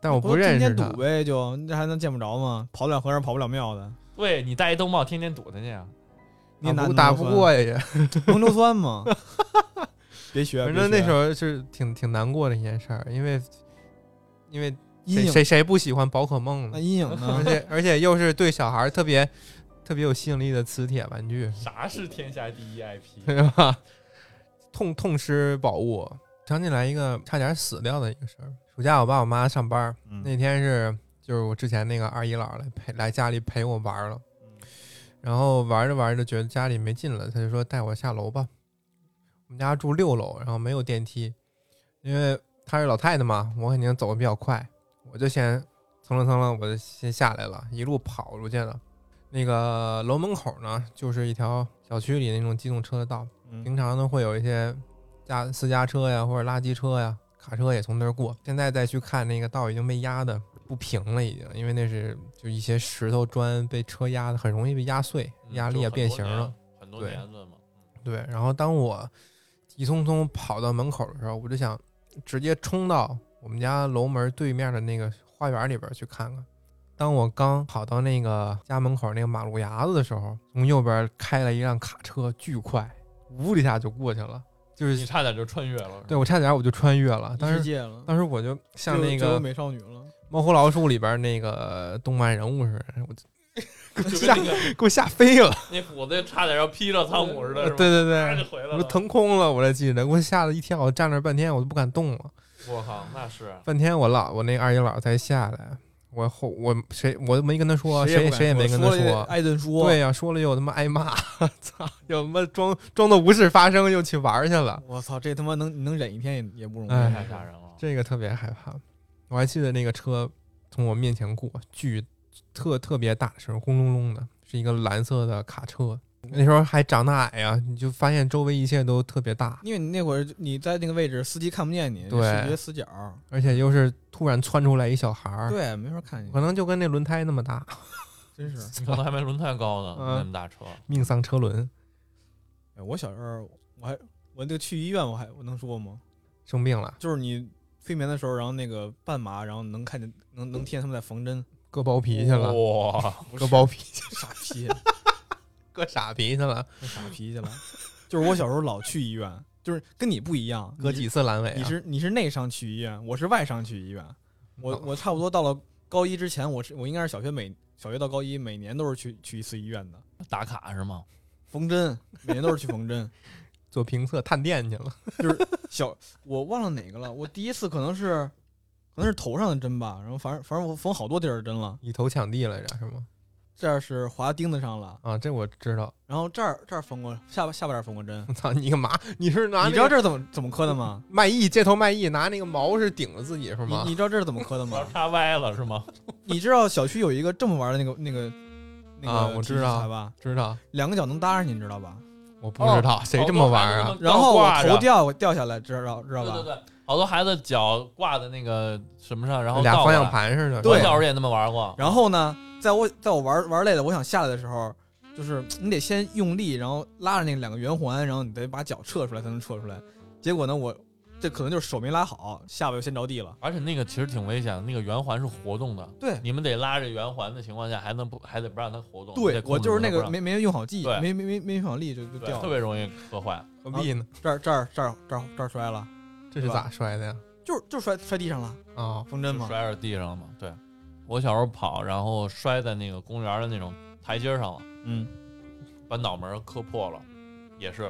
但我不
我
认识
天天
他
堵。呗，就那还能见不着吗？跑不了和尚，跑不了庙的，
对你戴一兜帽，天天堵他去啊，
你也
打
拿
不打
浓
不
硫
过也，
酸浓硫酸嘛。别学，
反
别
正那
学
时候是挺挺难过的一件事儿，因为因为
阴
谁
影哎
谁谁不喜欢宝可梦
那
呢？
阴影
而
呢？
且而且又是对小孩儿特别特别有吸引力的磁铁玩具，
啥是天下第一 IP？
对吧？痛痛失宝物，想起来一个差点死掉的一个事儿。暑假我爸我妈上班儿，
嗯
那天是就是我之前那个二姨姥儿来陪来家里陪我玩儿了，然后玩着玩着觉得家里没劲了，他就说带我下楼吧。我们家住六楼，然后没有电梯，因为她是老太太嘛，我肯定走的比较快，我就先蹭楞蹭楞，我就先下来了，一路跑出去了。那个楼门口呢，就是一条小区里那种机动车的道，
嗯
平常呢会有一些家私家车呀或者垃圾车呀、卡车也从那儿过。现在再去看那个道已经被压的不平了，已经，因为那是就一些石头砖被车压的，很容易被压碎，
嗯
压力也变形了。，
很多
对
年了嘛。嗯
对，然后当我急匆匆跑到门口的时候，我就想直接冲到我们家楼门对面的那个花园里边去看看。当我刚跑到那个家门口那个马路牙子的时候，从右边开了一辆卡车，巨快，呜的一下就过去了，就
你
是
差点就穿越了，
对我差点我就穿越了。
异世
当时
界了，
当时我就像
就
那
就有
个《
美少女了，
猫和老鼠》里边那个动漫人物似的，我就 给我
就
吓
跟那个
给我吓飞了。
那虎子差点要劈着汤姆似的，
对
是吧，
对
啪就
对，
回来
我
了
都。腾空了，我这记得，给我吓了一跳，我站那儿半天我都不敢动了。
我靠，那是
半天我老我那二姨姥才下来，我后我谁我都没跟她说，谁
也
谁也没跟她
他
说。
挨顿说，
对呀、说了又他妈挨骂， 操，又他妈装装作无事发生，又去玩去了，
我操，这他妈能你能忍一天也也不容易，
哎
太吓人了。
这个特别害怕。我还记得那个车从我面前过，巨特特别大声，轰隆隆的，是一个蓝色的卡车。那时候还长得矮呀、你就发现周围一切都特别大，
因为你那会儿你在那个位置，司机看不见你，
对
视觉死角，
而且又是突然窜出来一小孩儿，
对，没法看
可
见，
能就跟那轮胎那么大，
真是。
可能还没轮胎高呢，
哎嗯
那么大车，
命丧车轮，
哎我小时候我还我那个去医院我还我能说吗？
生病了，
就是你催眠的时候，然后那个半麻，然后能看见能能听见他们在缝针，
割包皮去了。
哇，
不
割
是
包皮，
傻逼，
割傻皮去了，
那傻皮去了。就是我小时候老去医院，就是跟你不一样，
割几次阑尾、啊？
你是你是内伤去医院，我是外伤去医院。我我差不多到了高一之前，我是我应该是小学每小学到高一每年都是去去一次医院的，
打卡是吗？
缝针，每年都是去缝针。
做评测探店去了，
小我忘了哪个了，我第一次可能是可能是头上的针吧，然后反正反正我缝好多地儿的针了，
以头抢地来着是吗？
这儿是划钉子上了，
啊，这我知道。
然后这儿这儿缝过下巴下巴这儿缝过针。
我操，你干嘛？你是拿
你知
啊那个
道这儿怎么怎么磕的吗？
卖艺街头卖艺拿那个毛是顶着自己是
你
吗
你？知道这是怎么磕的
要
吗
是？插歪了是吗？
你知道小区有一个这么玩的那个那个那个
啊我知道
体育器材吧？
知道，
两个脚能搭上去，你知道吧？
我不知道、谁这么玩啊？
然后我
挂着
头掉我掉下来，知道知道
对
吧？
对对，好多孩子脚挂在那个什么上，然后
俩方
倒过来
向。盘似的。
我
对
小时候也那么玩过，
然后呢，在我在我玩玩累了，我想下来的时候，就是你得先用力，然后拉着那两个圆环，然后你得把脚撤出来才能撤出来。结果呢，我这可能就是手没拉好，下巴又先着地了。
而且那个其实挺危险的，那个圆环是活动的，
对
你们得拉着圆环的情况下，还能不还得不让它活动？
对
得，控
我
制
就是那
住它
个
不让
没没用好劲，
对
没没没没用好力就就
对
掉
特
了。
别容易磕坏。
何必呢？
这儿这儿这儿这儿这儿摔了，
这是
对吧
咋摔的呀？
就是就摔摔地上了，
啊、哦，
缝针
就
嘛。
摔着地上了嘛。对，我小时候跑，然后摔在那个公园的那种台阶上了，
嗯，
把脑门儿磕破了，也是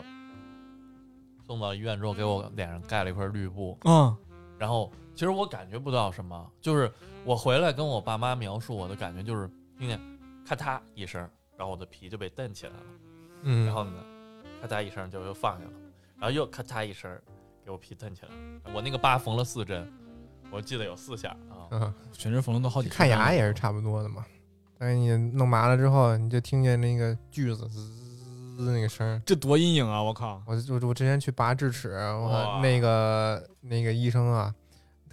送到医院之后给我脸上盖了一块绿布，
嗯，
然后其实我感觉不到什么，就是我回来跟我爸妈描述我的感觉，就是听见咔嗒一声，然后我的皮就被蹬起来了，
嗯，
然后呢，咔嗒一声就又放下了，然后又咔嗒一声给我皮蹬起来了。我那个疤缝了四针，我记得有四下啊。
嗯，
全身缝了都好几
看
针了
牙也是。差不多的嘛。但是你弄麻了之后，你就听见那个锯子滋那个声儿。
这多阴影啊！我靠，
我我我之前去拔智齿，我
哇
那个那个医生啊，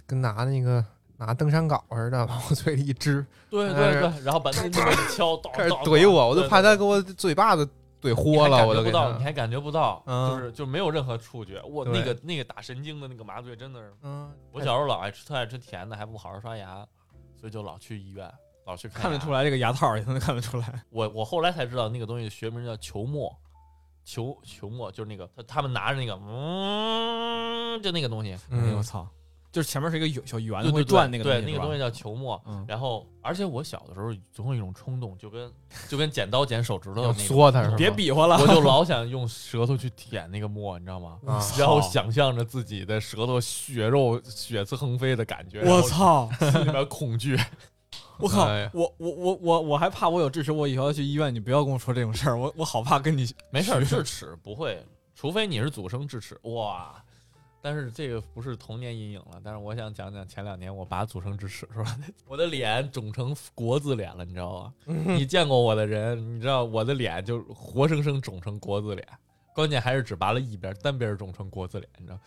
跟拿那个拿登山镐似的，往我嘴里一支，
对
但
对
是
对，然后把那那个敲，咚
开始
咚
怼我，
咚
我都
哦对
怕
对
他给我嘴巴子怼
你
豁
还感
了，我
觉
都
不
给
到，
他
你。还感觉不到，
嗯
就是就没有任何触觉。我
对
那个那个打神经的那个麻醉真的是，
嗯，
我小时候老爱吃，特爱吃甜的，还不好好刷牙，所以就老去医院，老去看
看得
牙
出。来这个牙套也能看得出来。
我我后来才知道那个东西学名叫球沫，球球沫就是那个他他们拿着那个嗯，就那个东西，
哎呦
嗯
我，操，就是前面是一个有小圆
对对
会
对
转那个
对
东西
那个
是吧
东西叫球沫。
嗯，
然后，而且我小的时候总有一种冲动，就跟就跟剪刀剪手指头的
要
那种
缩他是吧？
别比划了，
我就老想用舌头去舔那个沫，你知道吗？
啊
然后想象着自己的舌头血肉血丝横飞的感觉，
我，操！
心里边恐惧。
我靠
哎呀！
我我我我我还怕我有智齿，我以后要去医院，你不要跟我说这种事儿，我我好怕跟你。
没事儿，智齿不会，除非你是阻生智齿，哇，但是这个不是童年阴影了，但是我想讲讲前两年我拔组成智齿是吧？ 我的脸肿成国字脸了，你知道吗？
嗯
你见过我的人，你知道我的脸就活生生肿成国字脸，关键还是只拔了一边，单边肿成国字脸，你知道？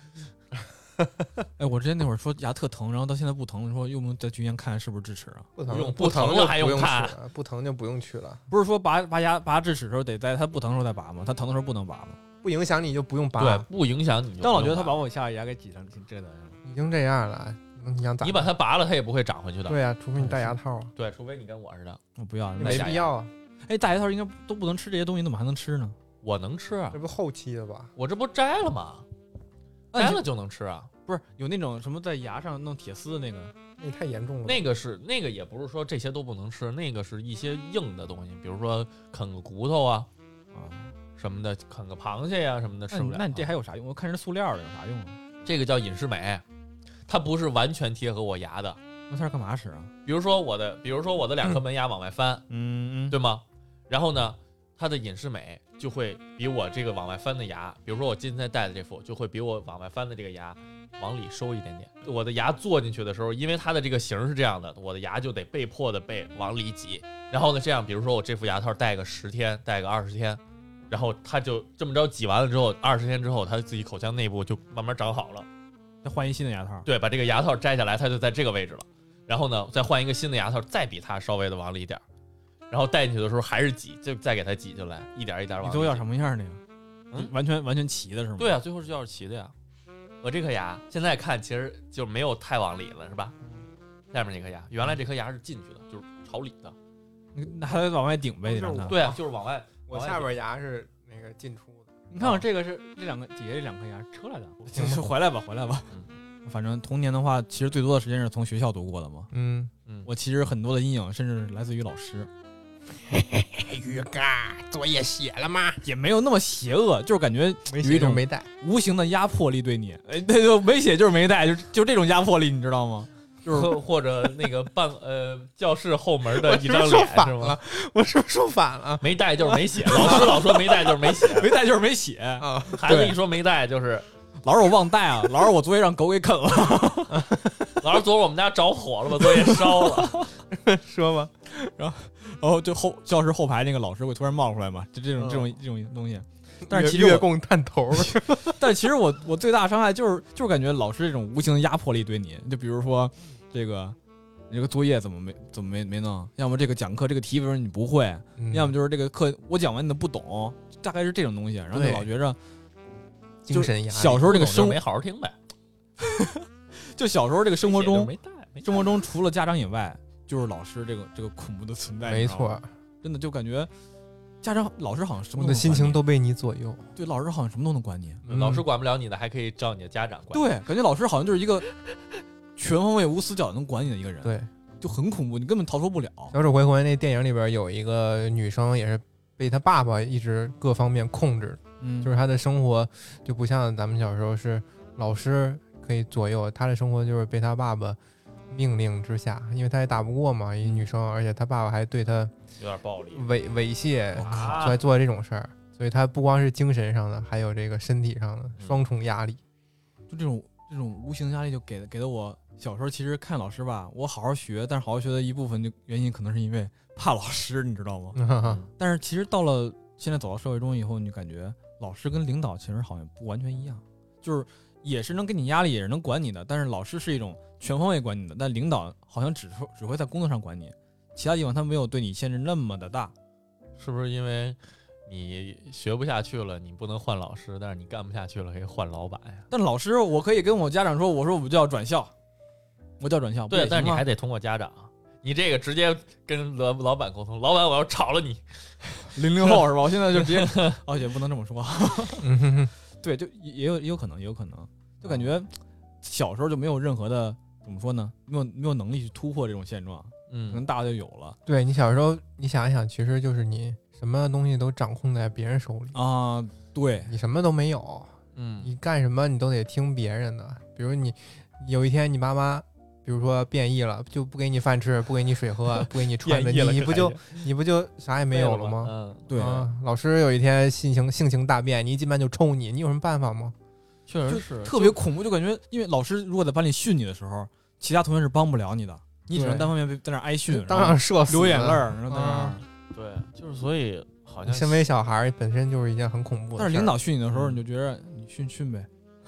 哎，我之前那会儿说牙特疼，然后到现在不疼了，说用不用在军医看看是不是智齿啊？
不疼
不用
不
不疼
就
了还
不用
用看
去了，不疼就不用去了，
不是说拔拔牙拔智齿的时候得在它不疼的时候再拔吗？它疼的时候不能拔吗？
不影响你就不用
对
拔，，
不影响你就不用拔。
但我觉得他把我下牙给挤上，挺折腾的。
已经这样了，你想咋？
你把它拔了，它也不会长回去的。嗯
对呀、除非你戴牙套啊，
对，除非你跟我似的，
我不要，
没
那
没
下
必要啊，
哎，大牙套应该都不能吃这些东西，怎么还能吃呢？
我能吃啊
这，不后期的吧？
我这不摘了吗？
那
摘
你
了就能吃啊。
哎不是有那种什么在牙上弄铁丝的那个？
那也太严重了吧。
那个是那个也不是说这些都不能吃，那个是一些硬的东西，比如说啃个骨头啊
啊，
什么的，啃个螃蟹呀、什么的
那
吃不
你
了。啊
那你这还有啥用？我看人塑料的有啥用啊？
这个叫隐适美，它不是完全贴合我牙的。
那它是干嘛使啊？
比如说我的，比如说我的两颗门牙往外翻，
嗯，
对吗？然后呢，它的隐适美就会比我这个往外翻的牙，比如说我今天戴的这副，就会比我往外翻的这个牙往里收一点点。我的牙坐进去的时候，因为它的这个形是这样的，我的牙就得被迫的被往里挤。然后呢，这样，比如说我这副牙套戴个十天，戴个二十天，然后它就这么着挤完了之后，二十天之后，它自己口腔内部就慢慢长好了。
再换一新的牙套。
对，把这个牙套摘下来，它就在这个位置了。然后呢，再换一个新的牙套，再比它稍微的往里一点儿，然后戴进去的时候还是挤，就再给它挤进来，一点儿一点儿
你
往里
最后要
挤
什么样那个？
嗯
完全完全齐的是吗？
对啊，最后是要是齐的呀。我这颗牙现在看其实就没有太往里了，是吧？下面这颗牙，原来这颗牙是进去的，就是朝里的。
那那还得往外顶呗，
不是
得让
我
它。
对啊，就是往外。
我
往外
下
挤
边牙是那个进出的，
你看我这个是这两个底下这两颗牙抽 来的，
行，啊回来吧，回来吧。反正童年的话，其实最多的时间是从学校度过的嘛。
嗯，
嗯，
我其实很多的阴影，甚至来自于老师，
鱼干哎作业写了吗？
也没有那么邪恶，就是感觉
没
有
写
一
就
种
没带，
无形的压迫力对你。哎，对对，没写就是没带，就就这种压迫力，你知道吗？ 就是
或或者那个办呃教室后门的一
是不
张
是说
脸
反
是吗？
了？我是不是说反了？
没带就是没写，老师老说没带就是没 写，
没带就是没写。
啊，
孩子
对
一说没带就是
老师，我忘带啊！ 老师，我作业让狗给啃了。
老师，昨儿我们家着火了，把作业烧了。
说吧，
然后就后教室后排那个老师会突然冒出来嘛，就这种这种这种东西。但是其实
越
我
越供探头 儿，
但其实我我最大的伤害就是就是感觉老师这种无形的压迫力对你，就比如说这个你这个作业怎么没怎么没没弄，要么这个讲课这个题本你不会，
嗯
要么就是这个课我讲完你都不懂，大概是这种东西，然后就
对
老觉着
精神
就
压
是
力
小时候这个生
没好好听呗，
就小时候这个生活中
没带，没
生活中除了家长以外，就是老师这个这个恐怖的存在，
没
你知道吗
错，，
真的就感觉家长老师好像什
我
么都
的
能
心
管
情
你
都被你左右。
对，老师好像什么都能管你，
嗯
老师管不了你的，还可以照你的家长管。，
对，感觉老师好像就是一个全方位无死角能管你的一个人，
对，
就很恐怖，你根本逃脱不了。
《小丑回魂》那电影里边有一个女生，也是被她爸爸一直各方面控制，
嗯
就是她的生活就不像咱们小时候是老师可以左右，她的生活就是被她爸爸命令之下，因为她也打不过嘛，一女生，而且她爸爸还对她
有点暴力。啊
猥猥亵，
我
靠
就还做这种事儿，所以她不光是精神上的，还有这个身体上的双重压力。
就这种这种无形的压力就给的给的我小时候其实看老师吧，我好好学，但是好好学的一部分就原因可能是因为怕老师，你知道吗？
嗯
但是其实到了现在走到社会中以后，你就感觉老师跟领导其实好像不完全一样，就是也是能给你压力，也是能管你的，但是老师是一种全方位管你的，但领导好像只说只会在工作上管你，其他地方他没有对你限制那么的大。
是不是因为你学不下去了，你不能换老师，但是你干不下去了，可以换老板呀？
但老师，我可以跟我家长说，我说我就要转校，我就要转校。不也
对，但是
行
你
吗
还得通过家长。你这个直接跟老老板沟通，老板我要炒了你。
零零后是吧？我现在就 直接，而且不能这么说。啊
嗯哼哼，
对，就也也有也有可能，也有可能，就感觉小时候就没有任何的怎么说呢？没有没有能力去突破这种现状，可能
嗯，
大就有了
对你小时候，你想一想，其实就是你什么东西都掌控在别人手里，
啊。对，
你什么都没有。
嗯
你干什么你都得听别人的。比如你有一天你妈妈，比如说变异了，就不给你饭吃，不给你水喝，不给 你穿的，
变异
你你
了这
不
还
就是你不就啥也没有
了
了吗？啊
嗯，
对，
啊，老师有一天性情性情大变，你一进班就抽你，你有什么办法吗？确
就
实是
特别恐怖，就感觉因为老师如果在班里训你的时候，其他同学是帮不了你的，你只能
对
单方面被在那儿挨训，
当场射
然后
死
流眼
了
泪儿，然后在那儿
啊。
对，就是所以好像
身为小孩儿本身就是一件很恐怖的事
但
儿。
是领导训你的时候，
嗯
你就觉着你训训呗，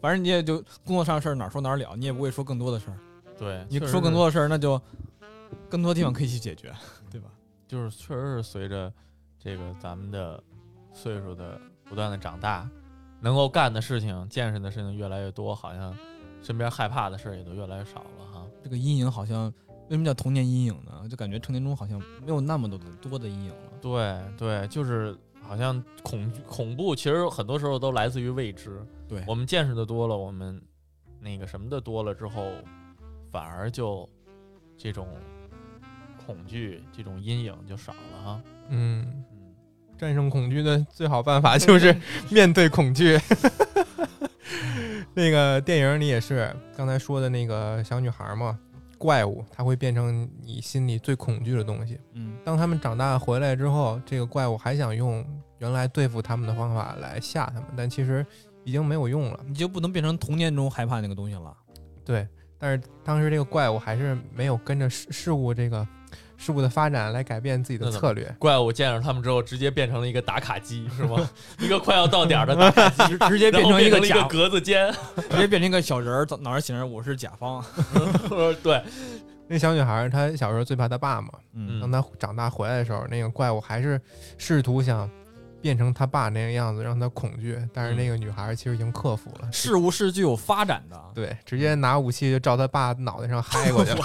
反正你也就工作上的事儿哪儿说哪儿了，你也不会说更多的事儿。
对，
你
确实
说更
是
多的事儿，那就更多地方可以去解决，对吧？
就是确实是随着这个咱们的岁数的不断的长大，能够干的事情、见识的事情越来越多，好像身边害怕的事儿也都越来越少了哈。
这个阴影好像为什么叫童年阴影呢？就感觉成年中好像没有那么多的多的阴影了。
对对，就是好像恐惧恐怖，其实很多时候都来自于未知。
对
我们见识的多了，我们那个什么的多了之后，反而就这种恐惧、这种阴影就少了哈。
嗯，
嗯，
战胜恐惧的最好办法就是面对恐惧。 那个电影里也是刚才说的那个小女孩嘛，怪物，它会变成你心里最恐惧的东西。
嗯，
当他们长大回来之后，这个怪物还想用原来对付他们的方法来吓他们，但其实已经没有用了。
你就不能变成童年中害怕那个东西了。
对，但是当时这个怪物还是没有跟着事事物这个事物的发展来改变自己的
那怎么
策略。
怪物见着他们之后，直接变成了一个打卡 机，是吗？一个快要到点儿的打卡机，
直接嗯变
然后
成
变
一个
一
甲
个，格子间。
直接变成一个小人儿，脑上写着我是甲方。
对，
那小女孩儿她小时候最怕她爸嘛，
嗯
当她长大回来的时候，那个怪物还是试图想变成她爸那个样子，让她恐惧。但
嗯
是那个女孩儿其实已经克服了，
事物是具有发展 的。
对，直接拿武器就照她爸脑袋上嗨过去了。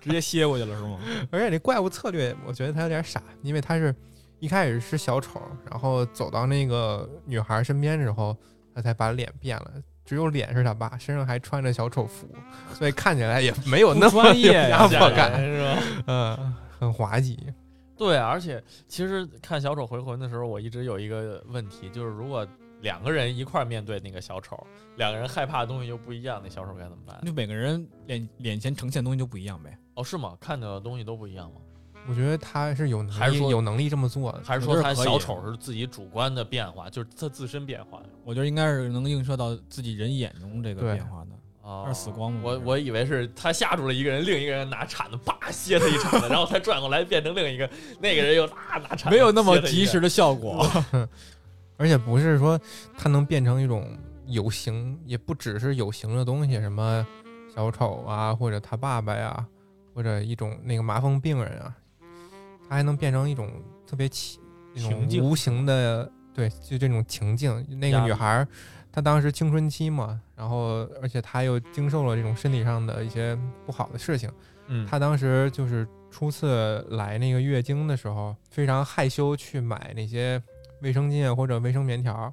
直接歇过去了是吗？
而且这怪物策略，我觉得他有点傻，因为他是一开始是小丑，然后走到那个女孩身边之后，他才把脸变了。只有脸是他爸，身上还穿着小丑服，所以看起来也没有那
不
么
专业哎呀
有压迫
吓
感，
人是吧？
嗯，很滑稽。
对，而且其实看《小丑回魂》的时候，我一直有一个问题，就是如果两个人一块儿面对那个小丑，两个人害怕的东西又不一样，那小丑该怎么办？
就每个人脸脸前呈现的东西就不一样呗。
哦，是吗？看到的东西都不一样吗？
我觉得他是有能
还是
力
说
有能力这么做的，
还是
我
说
觉得
他
可以
小丑是自己主观的变化，就是他自身变化？
我觉得应该是能映射到自己人眼中这个
对
变化的。
哦，
他是死光吗
我我以为是他吓住了一个人，另一个人拿铲子啪歇他一铲子，然后他转过来变成另一个， 那个人又啊拿铲子
没有那么
歇他一
及
下
时。的效果，
而且不是说他能变成一种有形，也不只是有形的东西，什么小丑啊，或者他爸爸呀、或者一种那个麻风病人啊，他还能变成一种特别奇、一种
情境
无形的，对，就这种情境。那个
压力
女孩儿，她当时青春期嘛，然后而且她又经受了这种身体上的一些不好的事情。
嗯，
她当时就是初次来那个月经的时候，非常害羞去买那些卫生巾啊或者卫生棉条儿。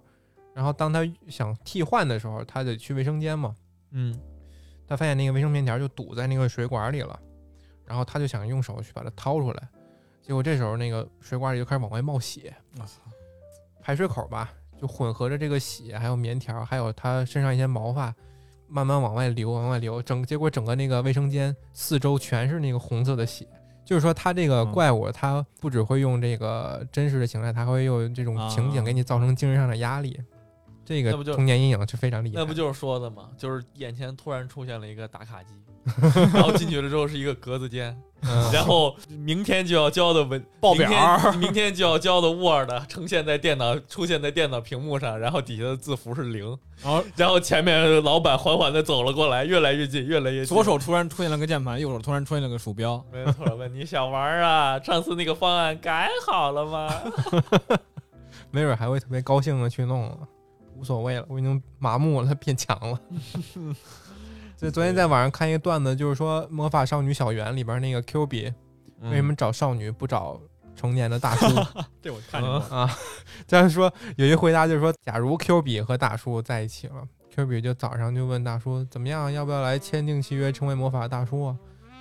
然后当她想替换的时候，她得去卫生间嘛，
嗯
她发现那个卫生棉条就堵在那个水管里了，然后她就想用手去把它掏出来，结果这时候那个水管里就开始往外冒血，
我操，
排水口吧，就混合着这个血，还有棉条，还有她身上一些毛发，慢慢往外流，往外流，整结果整个那个卫生间四周全是那个红色的血。就是说，它这个
嗯
怪物，它不只会用这个真实的形态，它会用这种情景
啊
给你造成精神上的压力。这个
那不就
童年阴影是非常厉害的。
那不就是说的吗？就是眼前突然出现了一个打卡机， 然后进去了之后是一个格子间，
嗯
然后明天就要交的文
报表儿
明天，明天就要交的 Word 呈现在电脑出现在电脑屏幕上，然后底下的字符是零，
然后
然后前面老板缓缓的走了过来，越来越近，越来越近。
左手突然出现了个键盘，右手突然出现了个鼠标，
没错，问你想玩儿啊？上次那个方案改好了吗？
嗯没准还会特别高兴的去弄了，无所谓了，我已经麻木了，变强 了。所以昨天在网上看一个段子，就是说《魔法少女小圆》里边那个 Q 比
嗯
为什么找少女不找成年的大叔
这我看
见过
啊？ 这样说有一回答就是说，假如 Q 比和大叔在一起了，Q 比就早上就问大叔怎么样，要不要来签订契约成为魔法大叔啊？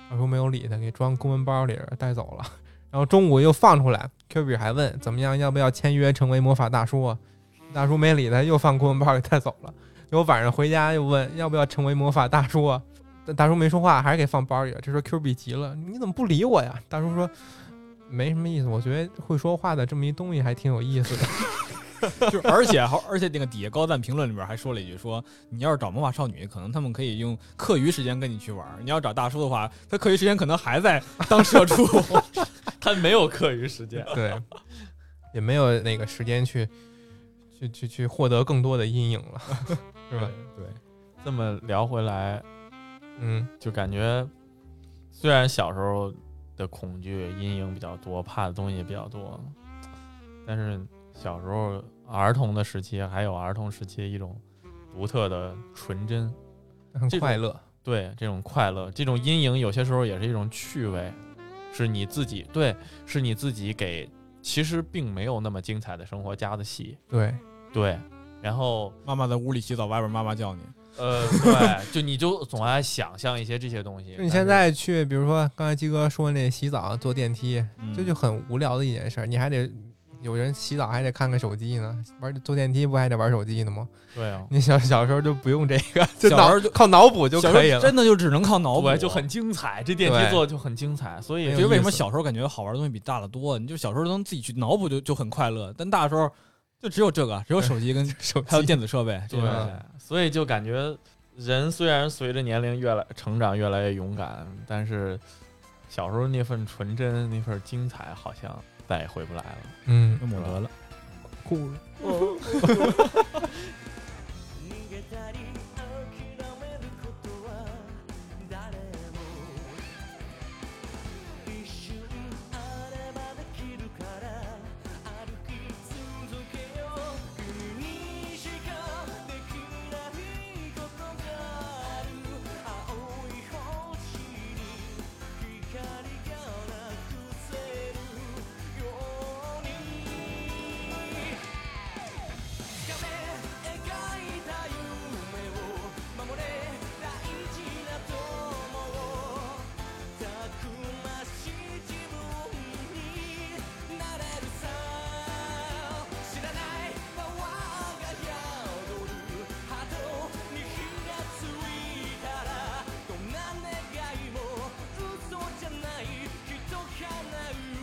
大叔没有理他，给装公文包里了带走了。 然后中午又放出来，Q 比还问怎么样，要不要签约成为魔法大叔啊？大叔没理他，又放公文包给带走了。结果晚上回家又问要不要成为魔法大叔啊？但大叔没说话，还是给放包里了。这时候 Q 比急了：“你怎么不理我呀？” 大叔说：“没什么意思，我觉得会说话的这么一东西还挺有意思的。”
就是而且还而且那个底下高赞评论里边还说了一句说，你要是找魔法少女，可能他们可以用课余时间跟你去玩儿；你要找大叔的话，他课余时间可能还在当 社畜。
他没有课余时间。
对，也没有那个时间去去去去获得更多的阴影了， 是吧？
对，
这么聊回来，
嗯，
就感觉虽然小时候的恐惧阴影比较多，怕的东西也比较多，但是小时候儿童的时期还有儿童时期一种独特的纯真，
很
这种
快乐，
对这种快乐，这种阴影有些时候也是一种趣味，是你自己对，是你自己给其实并没有那么精彩的生活加的戏，
对，
对，然后
妈妈在屋里洗澡，外边妈妈叫你，
呃，对，就你就总爱想象一些这些东西。
就你现在去，比如说刚才鸡哥说那洗澡坐电梯，这就很无聊的一件事儿，你还得有人洗澡还得看看手机呢，玩坐电梯不还得玩手机呢吗？
对啊，
你小小时候就不用这个，就
小时
脑
候就
靠脑补就
小
可以
时
了。
候真的就只能靠脑补
对，，就很精彩。这电梯
对哎
坐的就很精彩，所以
很有
就是为什么
意思
小时候感觉好玩的东西比大的多？你就小时候能自己去脑补就就很快乐，但大的时候就只有这个，只有手机跟
手
还有
机
电子设备。
对
对啊，
所以就感觉人虽然随着年龄越来成长越来越勇敢，但是小时候那份纯真、那份精彩，好像再也回不来了。
嗯
又，抹得了，
酷了。
逃げたり諦めることは誰も一瞬あればできるから歩き続けよう君にしかできないことがある青い星に光がなくせるように「描いた夢を守れ大事な友を」「たくましい自分になれるさ」「知らないパワーが宿る」「ハートに火がついたら」「どんな願いも嘘じゃないきっと叶う」